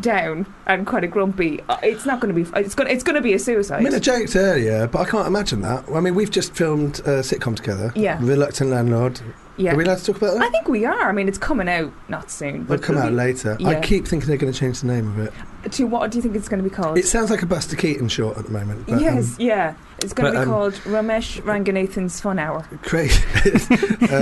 S6: down and quite a grumpy, uh, it's not going to be. It's going. It's going to be a suicide.
S3: I mean, I joked earlier, but I can't imagine that. I mean, we've just filmed a sitcom together.
S6: Yeah.
S3: Reluctant Landlord.
S6: yeah.
S3: Are we allowed to talk about
S6: I
S3: that?
S6: think we are. I mean, it's coming out not soon,
S3: It'll
S6: but
S3: come
S6: it'll
S3: out
S6: be-
S3: later. I
S6: yeah.
S3: keep thinking they're going to change the name of it.
S6: To what do you think it's going to be called?
S3: It sounds like a Buster Keaton short at the moment. But, um,
S6: yes, yeah. It's going
S3: but,
S6: to be
S3: um,
S6: called Ramesh Ranganathan's Fun Hour.
S3: great. Uh,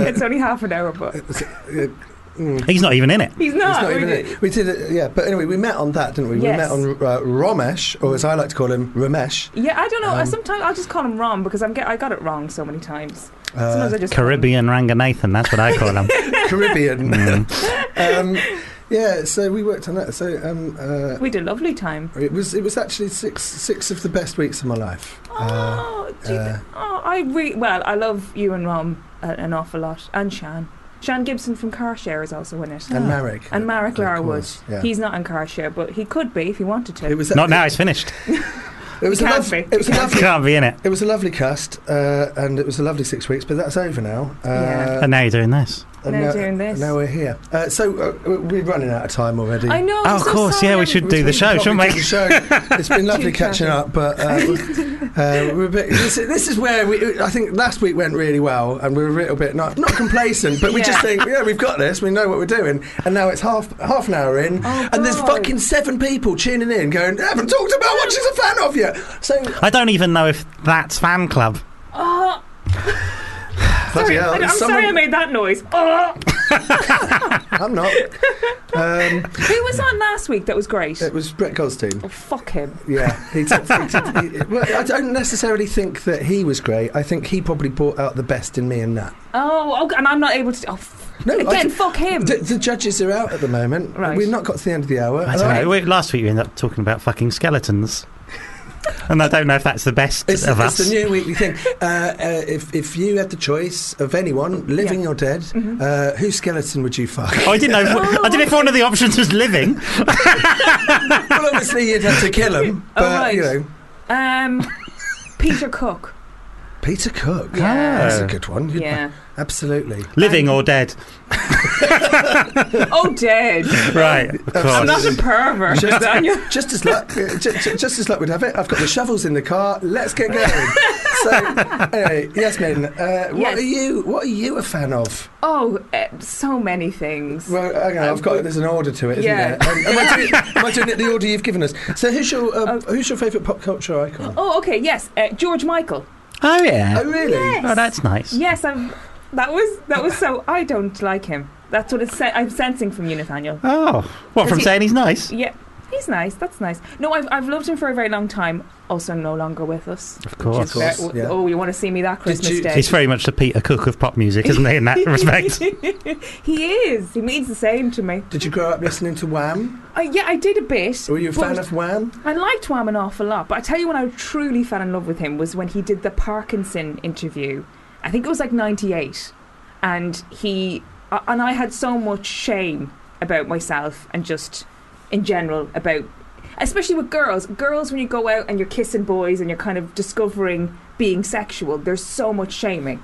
S6: it's only half an hour, but
S3: it's, uh, mm.
S4: He's not even in it.
S6: he's not.
S3: It's not
S6: we
S3: even
S6: did-
S3: it. We did it, yeah. But anyway, we met on that, didn't we? We
S6: Yes.
S3: met on uh, Ramesh, or as I like to call him, Ramesh.
S6: Yeah, I don't know.
S3: Um,
S6: Sometimes I'll just call him Rom because I'm get, I got it wrong so many times. Sometimes
S3: Uh,
S6: I just call him-
S4: Caribbean Ranganathan. That's what I call him.
S3: Caribbean.
S4: Mm.
S3: um, yeah, so we worked on that. So um, uh,
S6: We had a lovely time.
S3: it was it was actually six six of the best weeks of my life. Uh,
S6: Oh, do you
S3: uh,
S6: thi- oh, I really well. I love you and Rom a, an awful lot, and Shan. Shan Gibson from Carshare is also in it,
S3: and Marek.
S6: and Marek
S3: Of
S6: Larwood.
S3: course, yeah.
S6: He's not in Carshare, but he could be if he wanted to.
S3: It was
S4: Not now. It's finished.
S3: It was
S6: It
S3: a
S6: can't
S3: lovely.
S6: be.
S3: It was a lovely.
S4: Can't be in it.
S3: It was a lovely cast, uh, and it was a lovely six weeks. But that's over now. Uh,
S6: Yeah.
S4: And now you're doing this.
S3: and
S6: Now doing this.
S3: Now we're here. Uh, so uh, we- we're running out of time already.
S6: I know.
S4: Oh,
S6: I'm
S4: of
S6: so
S4: course,
S6: sorry,
S4: yeah, we
S6: I'm-
S4: should do the
S3: Which
S4: show,
S3: we
S4: shouldn't we?
S3: probably did the show. It's been lovely
S6: Too
S3: catching
S6: chatty.
S3: up, but uh, uh, we're a bit, this, this is where we. I think last week went really well, and we were a little bit not not complacent, but we just
S6: Yeah.
S3: think, yeah, we've got this. We know what we're doing, and now it's half half an hour in,
S6: Oh,
S3: and there's
S6: God.
S3: fucking seven people tuning in, going, I haven't talked about what she's a fan of yet. So
S4: I don't even know if that's fan club.
S6: Oh,
S3: bloody hell,
S6: I, am sorry I
S3: someone-
S6: made that noise. Oh,
S3: I'm not. Um,
S6: who was on last week? That was great.
S3: it was Brett Goldstein.
S6: Oh, fuck him.
S3: Yeah, he took, he took- he- well, I don't necessarily think that he was great. I think he probably brought out the best in me and Nat.
S6: Oh, okay, and I'm not able to. Oh, f-
S3: No, I
S6: again,
S3: ju-
S6: fuck him.
S3: The, the judges are out at the moment.
S6: Right.
S3: We've not got to the end of the hour.
S4: I
S3: And
S4: don't
S3: I-
S4: know. We, last week we ended up talking about fucking skeletons, and I don't know if that's the best
S3: It's,
S4: of
S3: it's
S4: us.
S3: the new weekly thing. Uh, uh, if, if you had the choice of anyone, living or dead,
S6: Mm-hmm.
S3: uh, whose skeleton would you fuck?
S4: Oh, I didn't know. If, I didn't know if one of the options was living.
S3: well, obviously, you'd have to kill him.
S6: Oh,
S3: But,
S6: right.
S3: you know,
S6: Um, Peter Cook.
S3: Peter Cook.
S6: Yeah.
S3: That's a good one.
S6: Yeah.
S3: Absolutely.
S4: Living or dead?
S6: Oh, dead.
S4: Right, of course.
S6: I'm not a pervert, Daniel.
S3: Just as luck, just, just as luck would have it, I've got the shovels in the car. Let's get going. so, anyway, Yasmin, uh, what
S6: Yes.
S3: are you? What are you a fan of?
S6: Oh, uh, so many things.
S3: Well, hang on, I've got there's an order to it, isn't
S6: Yeah.
S3: there? Um, am, I doing, am I doing it the order you've given us? So, who's your uh, who's your favourite pop culture icon?
S6: Oh, okay, yes, uh, George Michael.
S4: Oh yeah.
S3: Oh, really?
S4: Oh, that's nice.
S6: Yes, I'm, that was that was so. I don't like him. That's what it's. se- I'm sensing from you, Nathaniel.
S4: Oh, what from
S6: Is he-
S4: saying he's nice?
S6: Yeah, he's nice. That's nice. No, I've I've loved him for a very long time. Also, no longer with us.
S4: Of course.
S3: Of course,
S6: Uh,
S3: yeah.
S6: Oh, you want to see me that Christmas
S3: you-
S6: day?
S4: He's very much the Peter Cook of pop music, isn't he? In that respect.
S6: he is. He means the same to me.
S3: Did you grow up listening to Wham?
S6: Uh, yeah, I did a bit.
S3: Were you a
S6: but-
S3: fan of Wham?
S6: I liked Wham an awful lot, but I tell you when I truly fell in love with him was when he did the Parkinson interview. I think it was like 98. And he uh, and I had so much shame about myself and just in general about especially with girls. Girls when you go out and you're kissing boys and you're kind of discovering being sexual, there's so much shaming.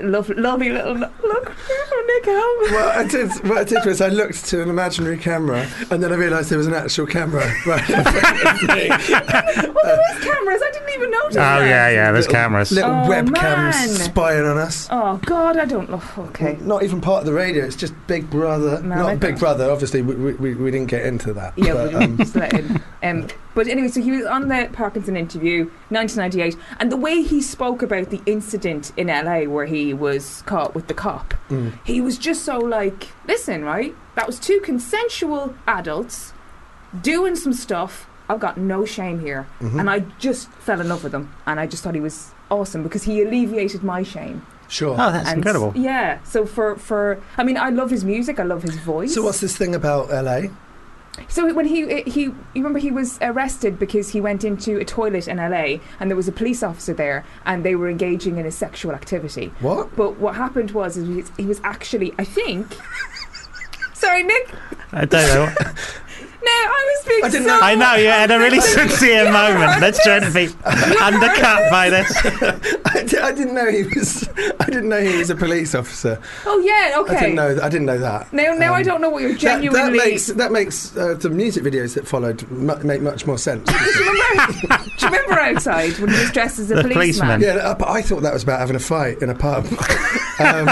S6: Love, lovely little look, oh, Nick Helm.
S3: Well, I did. What I did was I looked to an imaginary camera, and then I realised there was an actual camera. Right. in front of me.
S6: Well, there is cameras. I didn't even notice.
S4: Oh
S6: that.
S4: yeah, yeah. There's
S3: Little-
S4: cameras.
S3: Little
S6: Oh,
S3: webcams
S6: man.
S3: spying on us.
S6: Oh God, I don't love. Okay.
S3: Not even part of the radio. It's just Big Brother.
S6: No, I
S3: Not Big
S6: don't.
S3: Brother. Obviously, we, we- we, we didn't get into that.
S6: Yeah,
S3: but,
S6: but,
S3: um,
S6: just let him. Um, but anyway, so he was on the Parkinson interview, 1998, and the way he spoke about the incident in LA where he was caught with the cop,
S3: mm.
S6: he was just so like, listen, right? That was two consensual adults doing some stuff. I've got no shame here.
S3: Mhm.
S6: And I just fell in love with him, and I just thought he was awesome because he alleviated my shame.
S3: sure.
S4: Oh, that's
S6: and
S4: incredible.
S6: Yeah. So for for, I mean, I love his music. I love his voice.
S3: So what's this thing about LA?
S6: So when he eh, he you remember he was arrested because he went into a toilet in LA and there was a police officer there and they were engaging in a sexual activity.
S3: What?
S6: But what happened was is he was- he was actually I think. Sorry, Nick.
S4: I don't know.
S6: No, I was being.
S3: I didn't
S6: so-
S3: know-
S4: I know you had a really sincere moment. Let's try to be undercut by this.
S3: I, di- I didn't know he was. I didn't know he was a police officer.
S6: Oh yeah. Okay.
S3: I didn't know. I didn't know that.
S6: Now, now I
S3: Um,
S6: don't know what you're
S3: That-
S6: genuinely.
S3: That, makes that makes uh, the music videos that followed mu- make much more sense.
S6: do, you remember, do you remember outside when he was dressed as a
S4: The
S6: policeman?
S4: policeman.
S3: yeah, uh, but I thought that was about having a fight in a pub. um,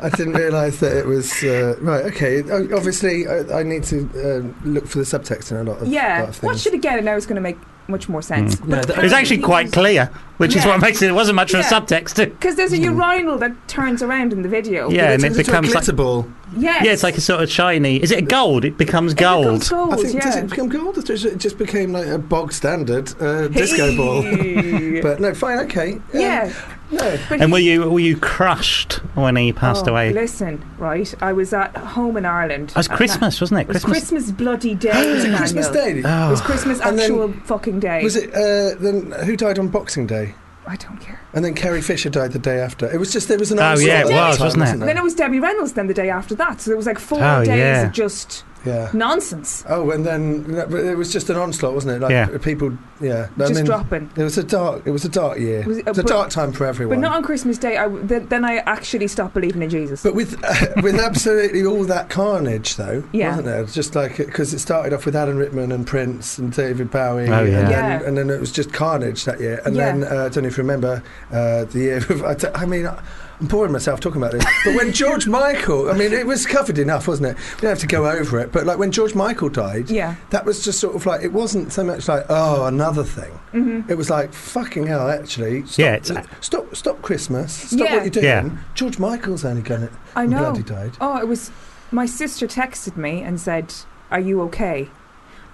S3: I didn't realise that it was uh, right. Okay, O- obviously I, I need to uh, look for the subtext in a lot of lot
S6: Yeah.
S3: of
S6: What
S3: things.
S6: should again? And now it's going to make much more sense.
S4: Mm.
S3: No, that-
S4: It was actually quite clear, which is
S6: Yeah.
S4: what makes it. It wasn't much of a
S6: Yeah.
S4: subtext.
S6: Because there's a urinal that turns around in the video.
S4: Mm. Yeah, and
S3: Turns
S4: it
S3: into a
S4: becomes like
S3: glitter ball.
S6: Yes.
S4: yeah, it's like a sort of shiny. Is it gold? It becomes
S6: It
S4: gold.
S6: becomes gold.
S3: I think
S6: yeah.
S3: does it become gold? Or does it just became like a bog standard uh, disco ball?
S6: Hey.
S3: But no, fine, okay. Um,
S6: yeah.
S3: no.
S6: But
S4: And
S6: he-
S4: were you were you crushed when he passed
S6: Oh,
S4: away?
S6: Listen, right? I was at home in Ireland.
S4: It was
S6: and
S4: Christmas, wasn't it?
S6: that- It was
S4: Christmas.
S6: Christmas bloody day. was
S3: Christmas Day.
S6: It was Christmas
S3: And then-
S6: actual fucking day.
S3: Was it uh, then? Who died on Boxing Day?
S6: I don't care.
S3: And then Carrie Fisher died the day after. It was just there was an.
S4: Oh,
S3: onslaught
S4: yeah,
S3: at
S6: it
S3: the
S6: was,
S3: time,
S4: wasn't it?
S6: Then it was Debbie Reynolds. Then the day after that, so there was like four
S4: Oh,
S6: days
S4: yeah.
S6: of just
S3: Yeah.
S6: nonsense,
S3: Oh, and then no, but it was just an onslaught, wasn't it? Like
S4: Yeah.
S3: p- people. Yeah. No,
S6: just
S3: I mean,
S6: dropping.
S3: It was a dark. It was a dark year. It
S6: Was
S3: was,
S6: it-
S3: a
S6: but-
S3: dark time for
S6: But
S3: everyone.
S6: not on Christmas Day. I w th- then I actually stopped believing in Jesus.
S3: But with uh, with absolutely all that carnage, though,
S6: Yeah.
S3: wasn't there? Just like because it started off with Alan Rickman and Prince and David Bowie,
S4: Oh, yeah.
S3: and,
S6: Yeah.
S3: Then, and then it was just carnage that year. And
S6: Yeah.
S3: then uh, I don't know if you remember uh, the year. Of, I, don't- I mean, I'm boring myself talking about this. But when George Michael, I mean, it was covered enough, wasn't it? We don't have to go over it. But like when George Michael died,
S6: yeah,
S3: that was just sort of like it wasn't so much like oh another thing.
S6: hmm
S3: It was like fucking hell, actually. Stop,
S4: Yeah, it's- uh,
S3: stop, stop Christmas. Stop
S6: Yeah.
S3: what you're doing.
S4: Yeah.
S3: George Michael's only done it.
S6: I
S3: I'm
S6: know.
S3: glad he died.
S6: Oh, it was. My sister texted me and said, "Are you okay?"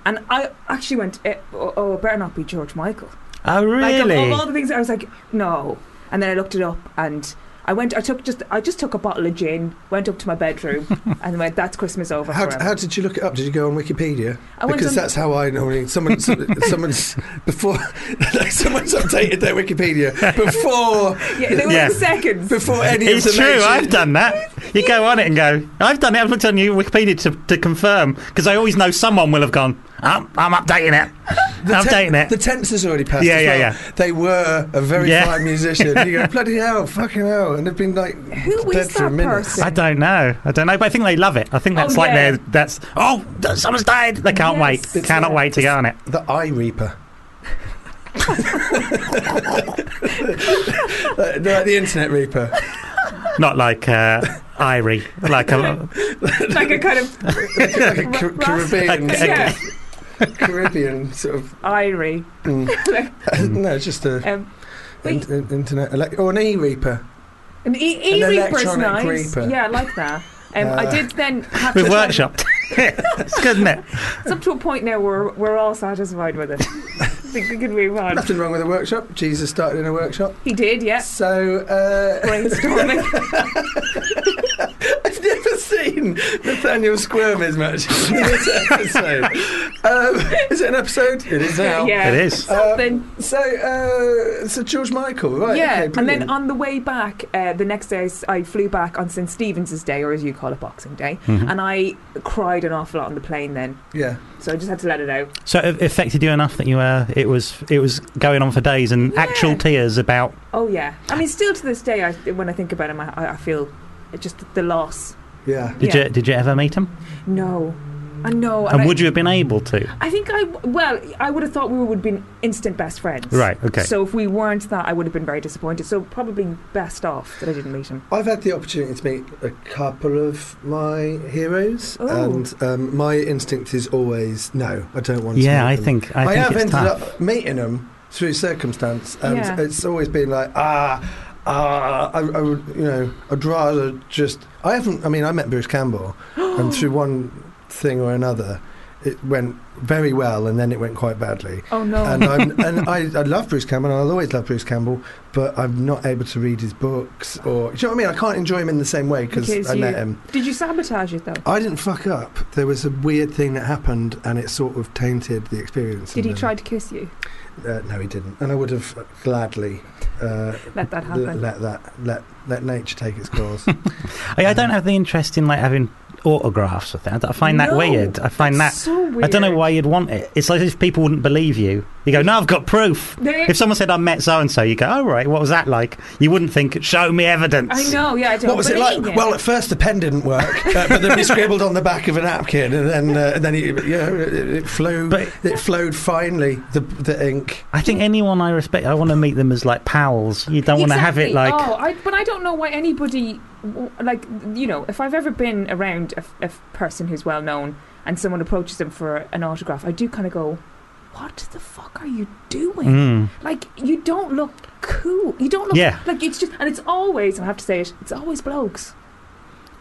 S6: And I actually went, eh, "Oh, oh it better not be George Michael."
S4: Oh
S6: Like of,
S4: really?
S6: of all the things, I was like, "No." And then I looked it up, and I went. I took just. I just took a bottle of gin, went up to my bedroom, and went, "That's Christmas over."
S3: How,
S6: forever."
S3: how did you look it up? Did you go on Wikipedia?
S6: I went
S3: Because
S6: on-
S3: that's how I normally someone someone- someone's before like someone's updated their Wikipedia before
S6: yeah, they were
S4: Yeah.
S6: in seconds.
S3: before any
S4: It's
S3: information.
S4: true. I've done that. You go on it and go. I've done it. I've looked on your Wikipedia to, to confirm because I always know someone will have gone. I'm, I'm updating it. I'm
S3: ten-
S4: updating
S3: The
S4: it.
S3: tense has already passed.
S4: Yeah,
S3: as
S4: yeah,
S3: well.
S4: yeah.
S3: They were a very
S4: Yeah.
S3: fine musician. You go bloody hell, fucking hell, and they've been like
S6: Who
S3: dead
S6: is
S3: for a
S6: that
S3: minute.
S6: person?
S4: I don't know. I don't know, but I think they love it. I think
S6: Oh,
S4: that's like
S6: yeah.
S4: their. That's oh, th- someone's died. They can't
S6: Yes.
S4: wait. Cannot
S6: Yeah.
S4: wait to go on it.
S3: The Eye Reaper. Uh, no, the Internet Reaper.
S4: Not like uh, Irie, like a,
S6: like a kind of
S3: Like a Ca-
S6: Ras-
S3: Caribbean,
S4: Okay.
S6: yeah,
S3: Caribbean sort of.
S6: Irie.
S3: Mm. no, it's just a
S6: Um, but
S3: in, in- internet. Elect- or an E Reaper.
S6: An e- e
S3: An
S6: reaper's
S3: electronic
S6: nice.
S3: reaper.
S6: Yeah, I like that. Um, I
S3: Uh,
S6: did then have to
S4: with
S6: try-
S4: workshop. it's good, isn't it?
S6: It's up to a point now where we're all satisfied with it. I think we can move on.
S3: Nothing wrong with a workshop. Jesus started in a workshop.
S6: He did, yeah.
S3: So, uh,
S6: Brainstorming.
S3: I've never seen Nathaniel squirm as much in this episode. um, is it an episode? It is now. Um,
S6: yeah.
S4: It is.
S6: Something.
S3: So, uh, so George Michael, right?
S6: yeah.
S3: okay,
S6: and then
S3: brilliant.
S6: on the way back, uh, the next day I s- I flew back on St. Stephen's Day, or as you call it, Boxing Day.
S4: Mm-hmm.
S6: And I cried an awful lot on the plane then.
S3: yeah.
S6: So I just had to let it out.
S4: So it affected you enough that you were it was it was going on for days and
S6: Yeah.
S4: actual tears about
S6: Oh, yeah. I mean, still to this day, I, when I think about him, I, I- I feel just the loss.
S3: Yeah.
S4: did
S6: Yeah.
S4: you did you ever meet him
S6: No. I know.
S4: and
S6: I-
S4: would you have been able to
S6: I think I well, I would have thought we would have been instant best friends.
S4: right okay
S6: So if we weren't that, I would have been very disappointed. So probably best off that I didn't meet him.
S3: I've had the opportunity to meet a couple of my heroes,
S6: Oh.
S3: and um, my instinct is always no, I don't want to.
S4: yeah
S3: meet
S4: I
S3: them."
S4: think I,
S3: I,
S4: think
S3: have
S4: it's
S3: ended
S4: tough
S3: up meeting them through circumstance, and
S6: Yeah.
S3: it's always been like ah. ah, I, I would, you know, I'd rather just. I haven't. I mean, I met Bruce Campbell, and through one thing or another, it went very well, and then it went quite badly.
S6: Oh no.
S3: And, uh, I'm, and I, I love Bruce Campbell, and I'll always love Bruce Campbell, but I'm not able to read his books or. Do you know what I mean? I can't enjoy him in the same way because
S6: Because
S3: I
S6: you-
S3: met him.
S6: Did you sabotage it though?
S3: I didn't fuck up. There was a weird thing that happened, and it sort of tainted the experience.
S6: Did
S3: and
S6: he
S3: then-
S6: try to kiss you?
S3: Uh, no, he didn't. And I would have gladly uh,
S6: Let that
S3: l-
S6: happen.
S3: let that let let nature take its course.
S4: I, I don't have the interest in like having autographs or things. I find that
S6: No,
S4: weird. I find that.
S6: That's so weird.
S4: I don't know why you'd want it. It's like if people wouldn't believe you. You go, no, I've got proof.
S6: There-
S4: If someone said I met so and so, you go, "All right, what was that like?" You wouldn't think, "Show me evidence."
S6: I know. Yeah, I don't
S3: what was it like?
S6: believe
S3: Well, at first the pen didn't work, uh, but then we scribbled on the back of a napkin, and then uh, and then it, yeah, it, it flowed.
S4: But-
S3: it flowed finely. The the ink.
S4: I think anyone I respect, I want to meet them as like pals. You don't want to have it
S6: Exactly.
S4: like.
S6: Oh, I, but I don't know why anybody w- like you know. If I've ever been around a, f- a f- person who's well known and someone approaches them for an autograph, I do kind of go, "What the fuck are you doing?
S4: Mm.
S6: Like you don't look cool. You don't Oh. look
S4: Yeah.
S6: like it's just." And it's always, and I have to say it, it's always blokes.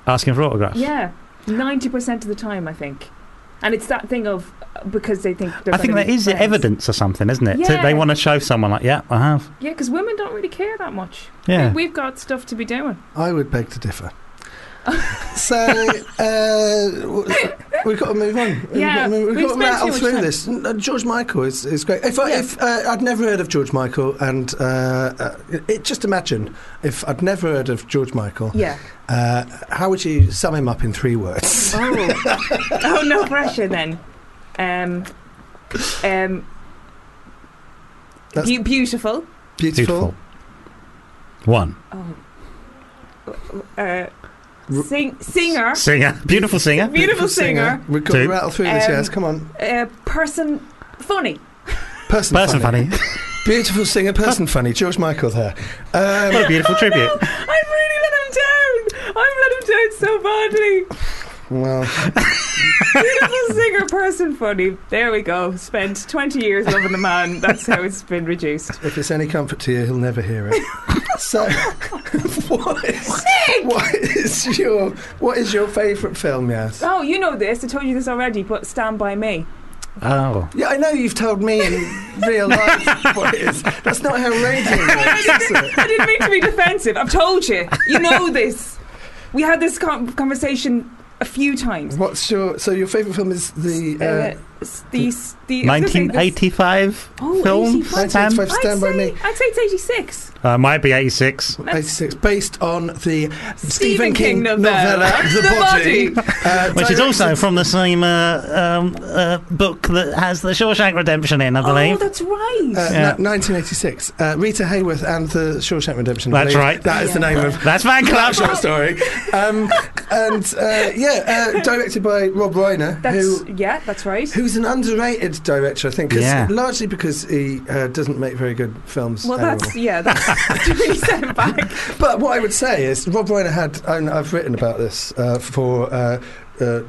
S4: asking for autographs.
S6: Yeah, ninety percent of the time, I think. And it's that thing of uh, because they think they're
S4: I think
S6: gonna
S4: that
S6: be
S4: is
S6: friends.
S4: evidence or something, isn't it? So
S6: Yeah.
S4: they want to show someone like, yeah, I have.
S6: Yeah, because women don't really care that much.
S4: Yeah.
S6: We, have got stuff to be doing.
S3: I would beg to differ. so uh, w- we've got to move on. We've
S6: Yeah,
S3: got to, move,
S6: we've
S3: we've got to
S6: spent too
S3: rattle
S6: much
S3: through
S6: time.
S3: this. N- uh, George Michael is, is great. If, I,
S6: Yeah.
S3: if uh, I'd never heard of George Michael, and uh, uh, it, just imagine if I'd never heard of George Michael,
S6: Yeah.
S3: uh, how would you sum him up in three words?
S6: Oh, oh no pressure then. Um, um,
S3: That's-
S6: beau- beautiful.
S3: Beautiful,
S4: One.
S6: Oh, uh, sing- singer,
S4: Singer. Beautiful singer.
S6: beautiful singer,
S3: We've got to
S4: Two.
S3: rattle through this.
S6: Um,
S3: yes, come on.
S6: uh, person, funny.
S3: Person,
S4: Person funny.
S3: Beautiful singer, person funny. George Michael there. Um,
S4: what a beautiful tribute.
S6: I've really let him down. I've let him down so badly.
S3: well,
S6: Beautiful singer, person, funny. There we go. Spent twenty years loving the man. That's how it's been reduced.
S3: If it's any comfort to you, he'll never hear it. so, what is, what is your what is your favourite film? Yes.
S6: Oh, you know this. I told you this already. But Stand by Me.
S4: Oh.
S3: Yeah, I know you've told me in real life what it is. That's not how radio works, is it?
S6: I didn't mean to be defensive. I've told you. You know this. We had this con conversation a few times.
S3: What's your so your favourite film is the
S6: Uh, s- the, s- the, I was gonna say this-
S4: 1985
S6: Oh,
S4: film.
S6: 85.
S4: Sam?
S3: 1985. Stand
S6: I'd
S3: By
S6: say,
S3: Me.
S6: I'd say it's 86.
S4: Uh, might be 86.
S3: uh, 86 based on the Stephen, King,
S6: novella,
S3: novella The,
S6: The
S3: Body,
S6: Body.
S3: uh,
S4: Which is
S3: directed-
S4: also from the same uh, um, uh, book that has The Shawshank Redemption in, I
S6: Oh,
S4: believe.
S6: that's right.
S3: Uh,
S4: Yeah.
S3: na- 1986. Uh, Rita Hayworth and the Shawshank Redemption. I
S4: That's
S3: believe.
S4: right.
S3: That is the
S6: Yeah.
S3: name of
S4: that's fan club.
S3: Club short story. Um, and uh, yeah, uh, directed by Rob Reiner,
S6: that's,
S3: who
S6: yeah, that's right.
S3: who's an underrated director, I think, 'cause-
S4: Yeah.
S3: largely because he uh, doesn't make very good films.
S6: well,
S3: anymore.
S6: that's, yeah, that's to be sent back.
S3: But what I would say is Rob Reiner had, and I've written about this uh, for. Uh, uh,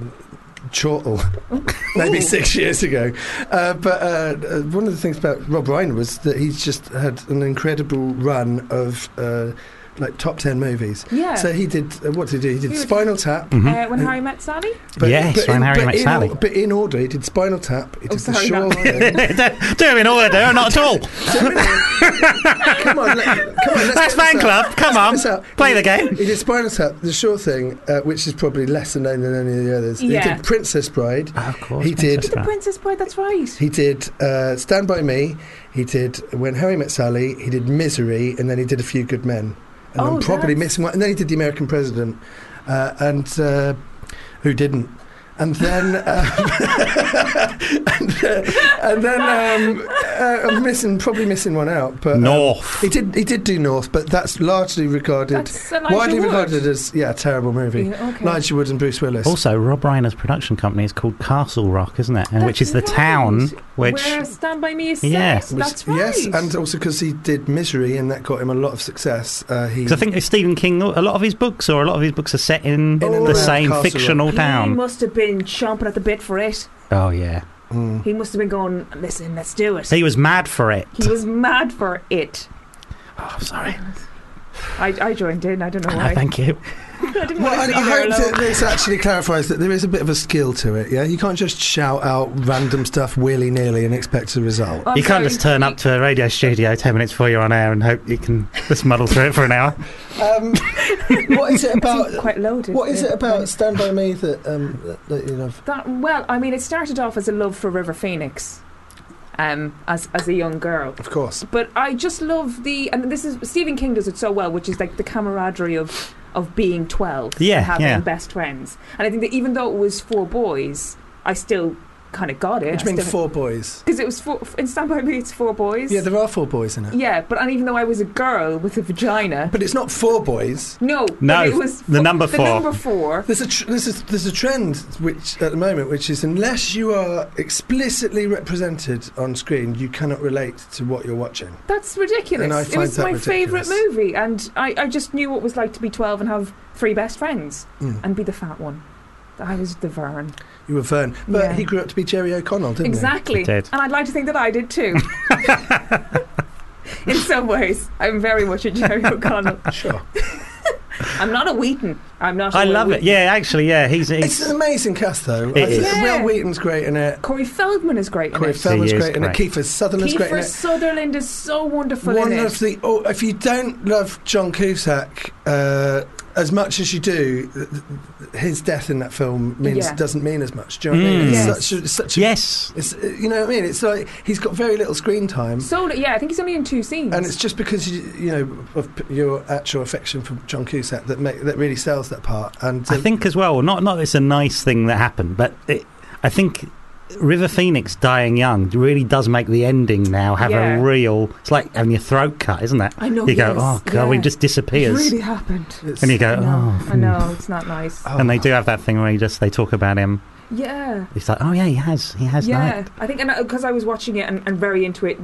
S3: Chortle, maybe six years ago. Uh, but uh, uh, one of the things about Rob Reiner was that he's just had an incredible run of uh, like top ten movies.
S6: Yeah.
S3: So he did. Uh, what did he do? He did
S6: He was-
S3: Spinal Tap.
S4: Mhm.
S6: uh, when Harry met Sally?
S4: Yes, when
S3: in-
S4: Harry Met
S3: in
S4: Sally.
S3: or- but in order, he did Spinal Tap. He
S6: Oh,
S3: did
S6: sorry,
S3: the Shaw
S6: not-
S3: thing.
S4: Do it in order, not at all.
S3: come on, let, come on. Let's get
S4: That's
S3: this
S4: fan
S3: out.
S4: club.
S3: Let's
S4: Come
S3: get
S4: on.
S3: this out.
S4: Play
S3: He-
S4: the game.
S3: He did Spinal Tap, the Shaw thing, uh, which is probably lesser known than any of the others. He
S6: Yeah.
S3: did Princess Bride.
S4: Of course.
S3: He did.
S6: The Princess Bride, that's right.
S3: He did uh, Stand By Me. He did When Harry Met Sally. He did Misery, and then he did A Few Good Men. And
S6: Oh,
S3: I'm probably
S6: that's-
S3: missing one. And then he did The American President, uh, and uh, who didn't? And then, uh, and, uh, and then um, uh, I'm missing, probably missing one out. But um,
S4: North.
S3: he did, he did do North, but that's largely regarded,
S6: That's Elijah
S3: widely
S6: Wood.
S3: regarded as yeah, a terrible movie.
S6: Yeah, okay.
S3: Elijah Wood and Bruce Willis.
S4: Also, Rob Reiner's production company is called Castle Rock, isn't it? And which is
S6: That's
S4: the town
S6: right.
S4: which
S6: Where Stand By Me is set.
S4: Yeah.
S3: Which-
S6: that's right.
S3: Yes, and uh, also because he did Misery, and that got him a lot of success. Uh, he
S4: Because I think Stephen King, a lot of his books, or a lot of his books, are set in,
S3: In and
S4: the
S3: around
S4: same
S3: Castle
S4: fictional
S6: He
S4: town.
S6: must have been chomping at the bit for it.
S4: Oh yeah,
S3: Mm.
S6: He must have been going, listen, let's do it.
S4: he was mad for it.
S6: He was mad for it.
S4: Oh, sorry.
S6: I, I joined in. I don't know why.
S4: No, thank you.
S6: I didn't
S3: Well, I,
S6: want to
S3: I
S6: see her
S3: hope
S6: alone.
S3: that this actually clarifies that there is a bit of a skill to it. Yeah, you can't just shout out random stuff willy nilly and expect a result.
S6: Oh, I'm
S4: you can't
S6: sorry.
S4: just turn up to a radio studio ten minutes before you're on air and hope you can just muddle through it for an hour.
S3: Um, what is it about?
S6: quite loaded.
S3: What is
S6: yeah.
S3: it about Stand by Me that um, that, that you love?
S6: That, well, I mean, it started off as a love for River Phoenix, um, as as a young girl.
S3: Of course.
S6: But I just love the, and this is Stephen King does it so well, which is like the camaraderie of of being twelve, and
S4: Yeah,
S6: having
S4: yeah.
S6: best friends. And I think that even though it was four boys, I still kind of got it.
S3: Which means four boys.
S6: Because it was four, in Stand by Me, it's four boys.
S3: Yeah, there are four boys in it.
S6: yeah. But and even though I was a girl with a vagina,
S3: But it's not four boys.
S6: no,
S4: No,
S6: but it was
S4: the number
S6: the
S4: four.
S6: number four.
S3: There's a tr- there's a, there's a trend which at the moment which is unless you are explicitly represented on screen, you cannot relate to what you're watching.
S6: That's ridiculous.
S3: And I
S6: it
S3: find
S6: was
S3: that
S6: my
S3: ridiculous.
S6: favourite movie, and I, I just knew what it was like to be 12 and have three best friends
S3: Mm.
S6: and be the fat one. I was the Vern.
S3: You were Vern, but
S6: Yeah.
S3: he grew up to be Jerry O'Connell, didn't
S6: Exactly.
S4: He did.
S6: And I'd like to think that I did too. In some ways, I'm very much a Jerry O'Connell.
S3: he? Sure.
S6: I'm not a Wheaton. I'm not. a
S4: I
S6: Will
S4: love it.
S6: Wheaton.
S4: Yeah, actually, yeah. He's,
S3: It's
S4: he's
S3: an amazing cast, though.
S4: It
S3: I think
S6: is.
S3: Will
S6: Yeah.
S3: Wheaton's great in it.
S6: Corey Feldman is great.
S3: Corey
S6: in it.
S3: Feldman's
S4: He is
S3: great in it.
S4: great.
S3: Kiefer Sutherland's great in
S6: Kiefer
S3: it.
S6: Sutherland is so wonderful
S3: One
S6: in
S3: of the.
S6: it.
S3: Oh, if you don't love John Cusack uh, as much as you do, th- th- his death in that film means
S6: Yeah.
S3: doesn't mean as much. Do you know what I mean?
S4: Mm.
S3: It's
S6: Yes.
S3: such a, it's such a,
S4: yes.
S3: it's, uh, you know what I mean? It's like he's got very little screen time.
S6: So yeah, I think he's only in two scenes.
S3: and it's just because you, you know of p- your actual affection for John Cusack that make, that really sells that part. And um,
S4: I think as well. Not not it's a nice thing that happened, but it, I think River Phoenix dying young really does make the ending now have
S6: Yeah.
S4: a real. It's like having your throat cut, isn't it?
S6: I know.
S4: you go,
S6: yes,
S4: oh god,
S6: yeah.
S4: well, he just
S6: It
S4: disappears,
S6: really happened.
S3: it's-
S4: and you go,
S6: I know,
S4: oh.
S6: I know it's not nice.
S3: oh,
S4: And they do have that thing where he just they talk about him.
S6: Yeah.
S4: He's like, oh yeah, he has, he has
S6: yeah,
S4: died.
S6: I think, and because I was watching it and, and very into it,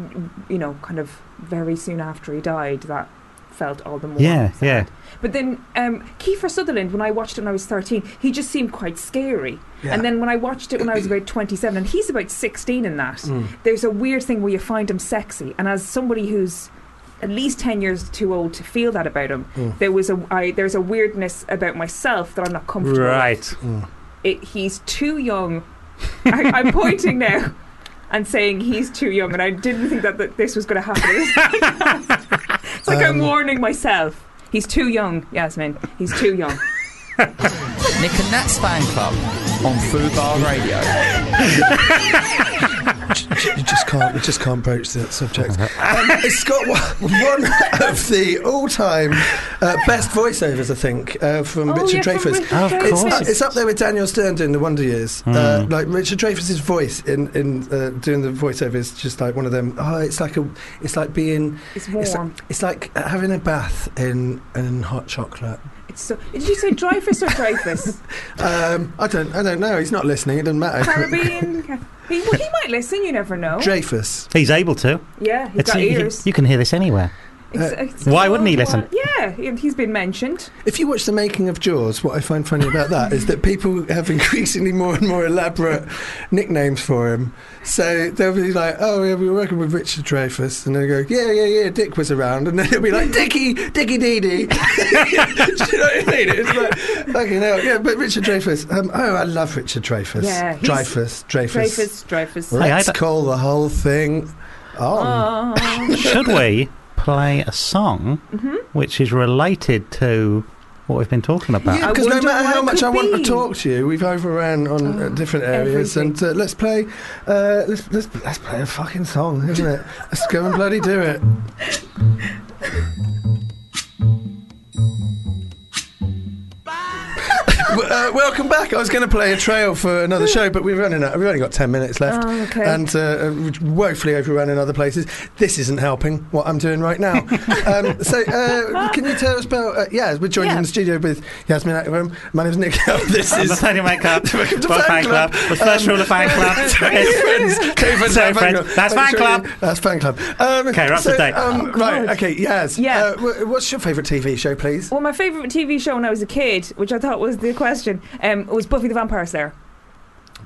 S6: you know, kind of very soon after he died, that felt all the more.
S4: Yeah,
S6: sad.
S4: yeah.
S6: But then um, Kiefer Sutherland, when I watched it when I was thirteen, he just seemed quite scary.
S3: yeah.
S6: And then when I watched it when I was about twenty-seven, and he's about sixteen in that,
S3: Mm.
S6: there's a weird thing where you find him sexy, and as somebody who's at least ten years too old to feel that about him,
S3: Mm.
S6: there was a I, there's a weirdness about myself that I'm not comfortable. with
S4: Right.
S3: Mm.
S6: it, he's too young. I, I'm pointing now and saying he's too young, and I didn't think that, that this was going to happen. it's like I'm
S3: Um,
S6: warning myself. He's too young, Yasmin. He's too young.
S2: Nick and Nat's fan club on Fubar Radio.
S3: you just can't you just can't broach that subject.
S4: Uh-huh.
S3: Um, it's got one, one of the all-time uh, best voiceovers, I think, uh,
S6: Oh,
S3: from Richard Dreyfuss.
S4: Of
S3: it's,
S4: course.
S3: it's up there with Daniel Stern doing the Wonder Years. Uh,
S4: Mm.
S3: like Richard Dreyfuss's voice in in uh, doing the voiceover is just like one of them. Oh, it's like a, it's like being,
S6: It's warm.
S3: it's like having a bath in in hot chocolate.
S6: It's so, did you say Dreyfus or Dreyfus?
S3: Um, I don't, I don't know. He's not listening. It doesn't matter.
S6: Caribbean? He, well, he might listen. You never know.
S3: Dreyfus.
S4: He's able to.
S6: yeah, he's
S4: It's-
S6: got
S4: you, you-
S6: ears.
S4: you can hear this anywhere.
S6: It's- it's-
S4: Why wouldn't he listen?
S6: Yeah, he- he's been mentioned.
S3: If you watch the making of Jaws, what I find funny about that is that people have increasingly more and more elaborate nicknames for him. So they'll be like, "Oh, yeah, we were working with Richard Dreyfuss," and they go, "Yeah, yeah, yeah, Dick was around," and then it'll be like, "Dickie, Dickie Dee Dee." Do you know what I mean? It's like, fucking hell, yeah. But Richard Dreyfuss, um, oh, I love Richard Dreyfuss.
S6: Yeah, he's-
S3: Dreyfuss, Dreyfuss.
S6: Dreyfus, Dreyfus.
S4: Hey, I
S3: Let's
S4: don't-
S3: call the whole thing on.
S6: Oh.
S4: Should we play a song
S6: Mm-hmm.
S4: which is related to what we've been talking about?
S3: Yeah,
S6: I
S3: because no
S6: wonder
S3: matter
S6: what
S3: how
S6: it
S3: much
S6: could
S3: I want to
S6: be.
S3: talk to you, we've overran on uh,
S6: Oh,
S3: different areas,
S6: everything.
S3: and uh, let's play. Uh, let's, let's let's play a fucking song, isn't it? let's go and bloody do it. W- uh, welcome back. I was going to play a trail for another show, but we're running out. We've only got ten minutes left,
S6: Oh, okay.
S3: and uh, uh, woefully overrun in other places. This isn't helping what I'm doing right now. um, so, uh, can you tell us about? Uh, yeah, we're joined
S6: Yeah.
S3: in the studio with Yasmin Akram. My name's Nick. this
S4: I'm
S3: is
S4: Nathaniel Makeup.
S3: Welcome to
S4: Well,
S3: Fan Club.
S4: The first
S3: Um,
S4: rule of Fan Club.
S3: Hey,
S4: is-
S3: friends. Hey, friends,
S4: Sorry,
S3: that's
S4: friends.
S3: Fan Club.
S4: That's
S3: Make
S4: Fan
S3: sure you-
S4: Club.
S3: That's fan club. Um,
S4: Okay, we're up to
S3: so,
S4: date.
S3: Um,
S6: Oh,
S3: right.
S6: God.
S3: Okay. Yes.
S6: Yeah.
S3: Uh, wh- what's your favourite TV show, please?
S6: Well, my favourite TV show when I was a kid, which I thought was the question, um, was Buffy the Vampire Slayer.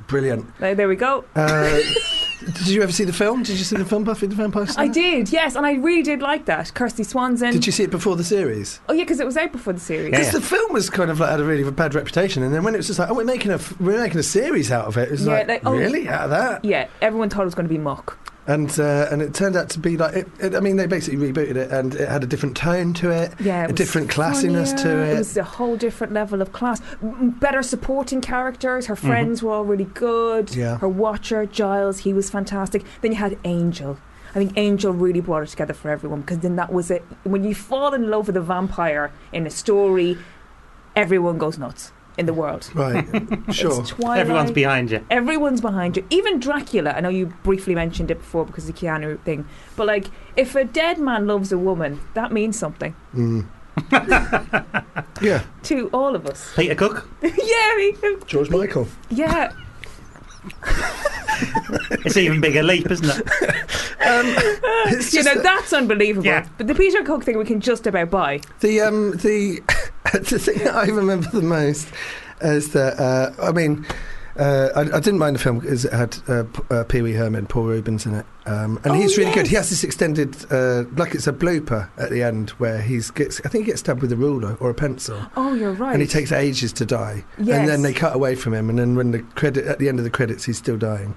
S3: Brilliant.
S6: Uh, there we go.
S3: Uh, Did you ever see the film? Did you see the film Buffy the Vampire Slayer?
S6: I did, yes, and I really did like that. Kirsty Swanson.
S3: Uh-huh. Did you see it before the series?
S6: Oh yeah, because it was out before the series.
S4: Yeah.
S3: Because the film was kind of like had a really bad reputation, and then when it was just like, oh, we're making a f- we're making a series out of it, it was
S6: Yeah,
S3: like,
S6: like, oh.
S3: really out of that,
S6: Yeah, everyone thought it was going to be muck.
S3: and uh, and it turned out to be like, it, it, I mean, they basically rebooted it, and it had a different tone to it,
S6: Yeah, it
S3: a
S6: was
S3: different classiness
S6: funnier,
S3: to it.
S6: It was a whole different level of class. M- Better supporting characters. Her friends were all really good.
S3: Mm-hmm. Yeah.
S6: Her watcher, Giles, he was fantastic. Then you had Angel. I think Angel really brought it together for everyone because then that was it. When you fall in love with a vampire in a story, everyone goes nuts in the world.
S3: Right, sure.
S6: It's Twilight.
S4: Everyone's behind you.
S6: everyone's behind you. Even Dracula. I know you briefly mentioned it before because of the Keanu thing, but like, if a dead man loves a woman, that means something
S3: Mm. yeah,
S6: to all of us.
S4: Peter Cook.
S6: yeah, we-
S3: George Michael.
S6: yeah.
S4: It's an even bigger leap, isn't it?
S3: It's
S6: You
S3: just that-
S6: know that's unbelievable.
S4: Yeah.
S6: But the Peter Cook thing we can just about buy.
S3: The um the the thing that I remember the most is that uh, I mean. Uh, I, I didn't mind the film because it had uh, P- uh, Pee Wee Herman, Paul Rubens in it, um, and
S6: Oh,
S3: he's really good. He
S6: yes.
S3: has this extended, uh, like it's a blooper at the end where he's gets, I think he gets stabbed with a ruler or a pencil,
S6: Oh, you're right.
S3: and he takes ages to die,
S6: Yes.
S3: and then they cut away from him, and then when the credit at the end of the credits, he's still dying.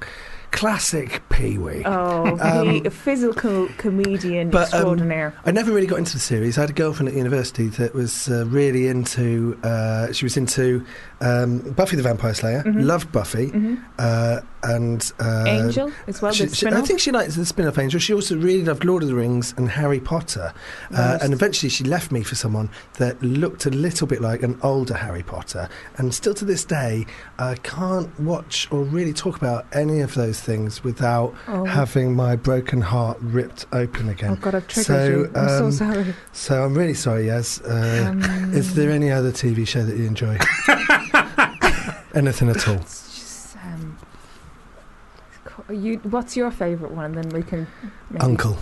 S3: Classic Pee Wee.
S6: Oh,
S3: Um,
S6: the physical comedian
S3: but, um,
S6: extraordinaire.
S3: I never really got into the series. I had a girlfriend at university that was uh, really into. Uh, she was into um, Buffy the Vampire Slayer.
S6: Mhm.
S3: Loved Buffy,
S6: hmm
S3: uh, and uh,
S6: Angel as well.
S3: she-
S6: the
S3: she-
S6: spin-off.
S3: I think she liked the spin-off Angel. She also really loved Lord of the Rings and Harry Potter. Uh,
S6: Nice.
S3: and eventually, she left me for someone that looked a little bit like an older Harry Potter. And still to this day, I can't watch or really talk about any of those things without
S6: oh.
S3: having my broken heart ripped open again.
S6: Oh God, I've triggered
S3: So,
S6: you. I'm so
S3: um,
S6: sorry.
S3: So I'm really sorry, Yaz. Uh,
S6: Oh. Um,
S3: Is there any other TV show that you enjoy? Anything at all?
S6: It's just, um, co- you, what's your favourite one? And then we can. maybe-
S3: Uncle.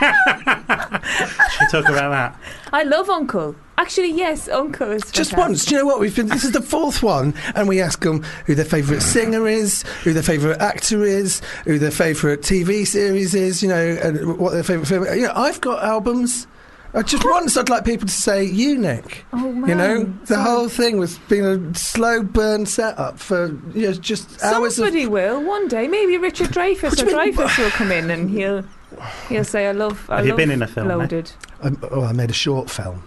S4: Should we talk about that?
S6: I love Uncle. Actually, yes, Uncle is.
S3: Just
S6: fantastic.
S3: once. Do you know what? We've been. This is the fourth one, and we ask them who their favourite singer is, who their favourite actor is, who their favourite TV series is. You know, and what their favourite film. You know, I've got albums. Uh, just once, I'd like people to say you, Nick.
S6: Oh man!
S3: You know, the
S6: sorry.
S3: whole thing was been a slow burn setup for you know, just hours of
S6: Somebody will one day. Maybe Richard Dreyfuss
S3: What
S6: or
S3: do you mean?
S6: Dreyfuss will come in and he'll he'll say, "I love." I
S4: Have
S6: love
S4: you been in a film? eh?
S6: Loaded.
S3: Um, oh, I made a short film. Um,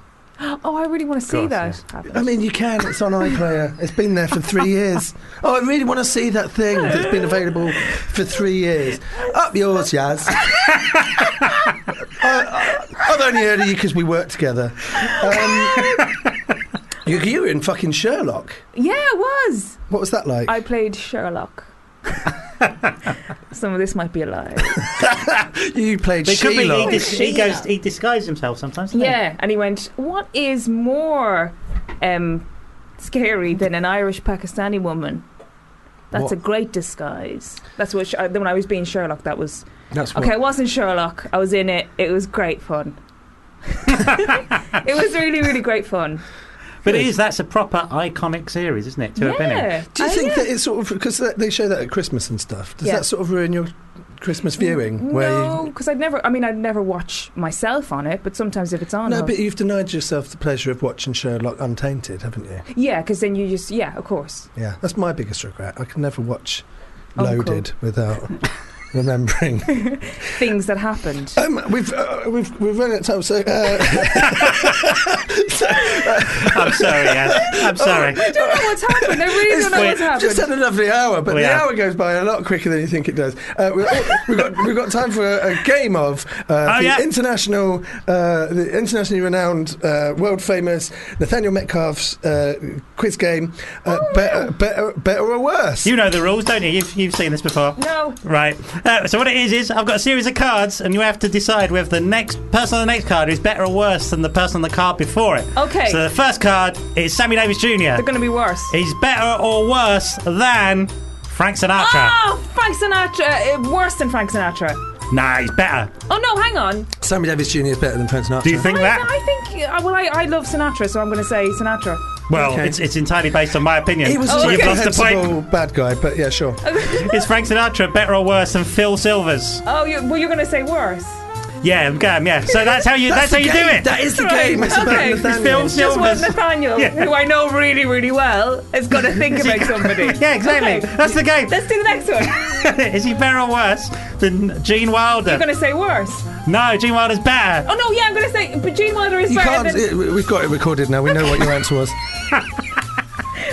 S6: Oh, I really want to see
S4: Gosh,
S6: that. happen.
S3: I mean, you can. It's on iPlayer. It's been there for three years. Oh, I really want to see that thing that's been available for three years. Up yours, Yaz. I, I, I've only heard of you because we work together. Um, you, you were in fucking Sherlock.
S6: Yeah, it was.
S3: What was that like?
S6: I played Sherlock. Some of this might be a lie.
S3: you played
S4: But it could be he,
S3: Sherlock.
S4: dis- he
S6: Sheila.
S4: goes. He disguises himself sometimes. doesn't he?
S6: Yeah, and he went, "What is more um, scary than an Irish Pakistani woman?" That's
S3: What?
S6: a great disguise. That's what. Sh- I- when I was being Sherlock, that was
S3: That's
S6: okay. It wasn't Sherlock. I was in it. It was great fun. it was really, really great fun.
S4: But it is. That's a proper iconic series, isn't it? To have been in.
S6: yeah.
S3: Do you
S6: I-
S3: think
S6: yeah.
S3: that it's sort of because they show that at Christmas and stuff? Does
S6: Yeah.
S3: that sort of ruin your Christmas viewing?
S6: No, because I'd never. I mean, I'd never watch myself on it. But sometimes if it's on,
S3: No,
S6: I'll-
S3: but you've denied yourself the pleasure of watching Sherlock untainted, haven't you?
S6: yeah, because then you just yeah, of course.
S3: Yeah, that's my biggest regret. I can never watch
S6: Uncle.
S3: Loaded without remembering.
S6: Things that happened.
S3: Um, we've uh, we've we've run out of time, so. Uh, so, uh,
S4: I'm sorry. Yes. I'm sorry.
S6: I don't know what's happened. I really don't know
S4: Wait,
S6: what's happened.
S3: Just had a lovely hour, but
S4: We
S3: the
S4: have.
S3: hour goes by a lot quicker than you think it does. Uh, we- we've, got, we've got time for a, a game of uh,
S4: Oh,
S3: the
S4: yeah.
S3: international, uh, the internationally renowned, uh, world famous Nathaniel Metcalf's uh, quiz game. Uh, better, better, better or worse?
S4: You know the rules, don't you? You've, you've seen this before.
S6: No.
S4: Right. Uh, so what it is is I've got a series of cards, and you have to decide whether the next person on the next card is better or worse than the person on the card before it.
S6: Okay.
S4: So the first card is Sammy Davis Jr.
S6: They're going to be worse.
S4: He's better or worse than Frank Sinatra.
S6: Ah! Oh, Frank Sinatra! Uh, worse than Frank Sinatra.
S4: Nah, he's better.
S6: Oh no, hang on.
S3: Sammy Davis Jr. is better than Frank Sinatra.
S4: Do you think
S6: I,
S4: that?
S6: I think uh, well, I, I love Sinatra, so I'm going to say Sinatra.
S4: Well,
S3: Okay.
S4: it's, it's entirely based on my opinion.
S3: He was
S6: Oh,
S3: a
S4: You've lost the point.
S3: reprehensible bad guy, but yeah, sure.
S4: Is Frank Sinatra better or worse than Phil Silvers?
S6: Oh, you, well, you're going to say worse.
S4: Yeah, I'm going, yeah. So that's how you that's,
S3: the
S4: how you
S3: game.
S4: do it.
S3: That is the
S6: Right,
S3: game. It's about
S6: okay.
S3: Nathaniel.
S4: Phil
S6: Just what
S4: Silvers.
S6: Nathaniel,
S4: Yeah.
S6: who I know really, really well, is going to think about somebody.
S4: Yeah, exactly.
S6: Okay.
S4: That's the game.
S6: Let's do the next one.
S4: is he better or worse than Gene Wilder?
S6: You're going to say worse.
S4: No, Gene Wilder's better.
S6: Oh no, yeah, I'm going to say, but Gene Wilder is
S3: You
S6: better
S3: can't.
S6: than.
S3: It, we've got it recorded now. We know what your answer was.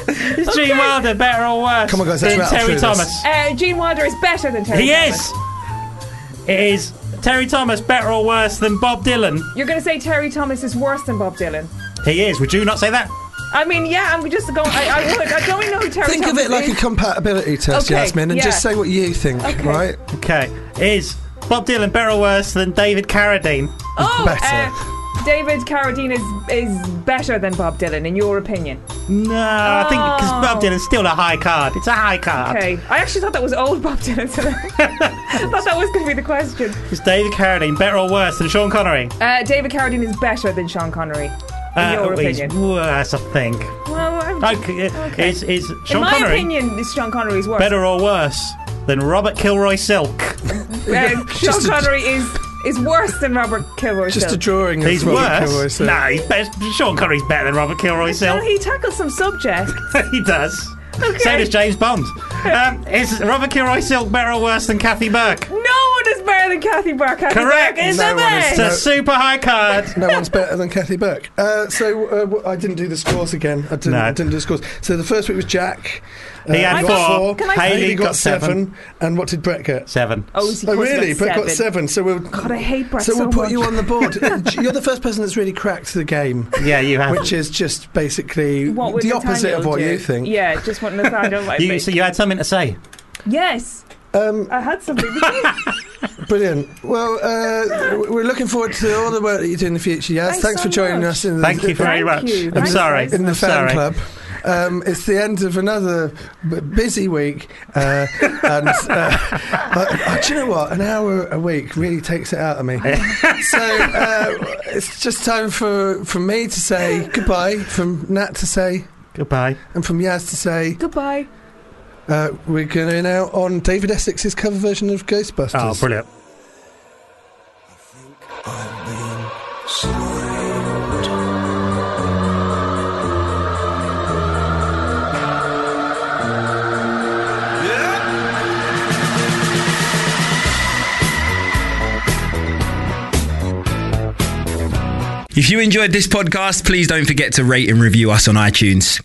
S4: Is Gene Wilder better or worse
S3: Come on, guys, let's
S4: than
S3: rattle
S4: Terry
S3: through this.
S4: Thomas?
S6: Uh, Gene Wilder is better than Terry.
S4: He
S6: Thomas.
S4: is. It is Terry Thomas better or worse than Bob Dylan?
S6: You're going to say Terry Thomas is worse than Bob Dylan.
S4: He is. Would you not say that?
S6: I mean, yeah, I'm just going. I, I would. I don't even know who Terry
S3: Think of
S6: Thomas
S3: it like a
S6: is.
S3: compatibility test,
S6: Okay,
S3: Yasmin, and just
S6: yeah.
S3: say what you think, right?
S4: Okay. Is Bob Dylan better or worse than David Carradine?
S6: oh,
S3: better.
S6: Uh, David Carradine is is better than Bob Dylan in your opinion.
S4: No, I think because
S6: Oh.
S4: Bob Dylan's still a high card. It's a high card.
S6: Okay, I actually thought that was old Bob Dylan. So I thought that was going to be the question.
S4: Is David Carradine better or worse than Sean Connery?
S6: Uh, David Carradine is better than Sean Connery. In your
S4: oh, he's
S6: opinion?
S4: worse, I think.
S6: Well, I'm,
S4: Okay. Is is
S6: in
S4: Sean
S6: my
S4: Connery
S6: opinion, this Sean Connery is worse.
S4: better or worse than Robert Kilroy Silk?
S6: Uh, Sean
S3: Just a-
S6: Connery is is worse than Robert Kilroy.
S3: Just a
S6: Silk.
S3: drawing.
S4: He's
S3: of Robert
S4: worse.
S3: Kilroy, so-
S4: No, he's better. Sean Connery's better than Robert Kilroy
S6: well,
S4: Silk.
S6: he tackled some subject.
S4: he does. So does James Bond. Um, is Robert Kilroy Silk better or worse than Kathy Burke?
S6: No one is better than Kathy Burke. Kathy
S4: Correct.
S6: Burke is
S3: No
S6: the
S3: one is-
S6: best.
S4: It's a
S3: No.
S4: super high card.
S3: No one's better than Kathy Burke. Uh, so uh, w- I didn't do the scores again. I didn't,
S4: No.
S3: I didn't do the scores. So the first week was Jack. Uh,
S4: He had
S3: I
S4: four.
S3: got
S6: Can I-
S4: Haley
S3: Haley got,
S4: got
S3: seven.
S4: seven.
S3: And what did Brett get?
S4: Seven.
S6: Oh, is he
S3: Oh,
S6: course
S3: really?
S6: Got
S3: Brett
S6: seven.
S3: got seven. So we'll.
S6: God, I hate Brett
S3: so
S6: so,
S3: we'll put
S6: much.
S3: you on the board. You're the first person that's really cracked the game,
S4: Yeah, you have.
S3: which is just basically
S6: What would
S3: the opposite
S6: Nathaniel
S3: of what
S6: do?
S3: you think.
S6: Yeah, just what Nathaniel might
S4: you,
S6: be.
S4: so you had something to say.
S6: yes,
S3: Um,
S6: I had something. Did you?
S3: Brilliant. Well, uh, w- we're looking forward to all the work that you do in the future, Yaz.
S6: Thanks
S3: Thanks,
S6: so
S3: for joining
S6: much.
S3: us in the,
S4: Thank you very
S6: Thank
S4: much.
S6: you.
S4: I'm
S6: Thanks,
S4: sorry.
S6: guys.
S3: in the
S4: I'm
S3: fan
S4: sorry.
S3: club. Um, it's the end of another b- busy week. Uh, and uh, I, I- do you know what? An hour a week really takes it out of me. so uh, it's just time for, for me to say goodbye, from Nat to say,
S4: Goodbye.
S3: and from Yaz to say.
S6: Goodbye.
S3: Uh, we're going now on David Essex's cover version of
S4: Oh,
S3: Ghostbusters.
S4: brilliant.
S7: If you enjoyed this podcast, please don't forget to rate and review us on iTunes.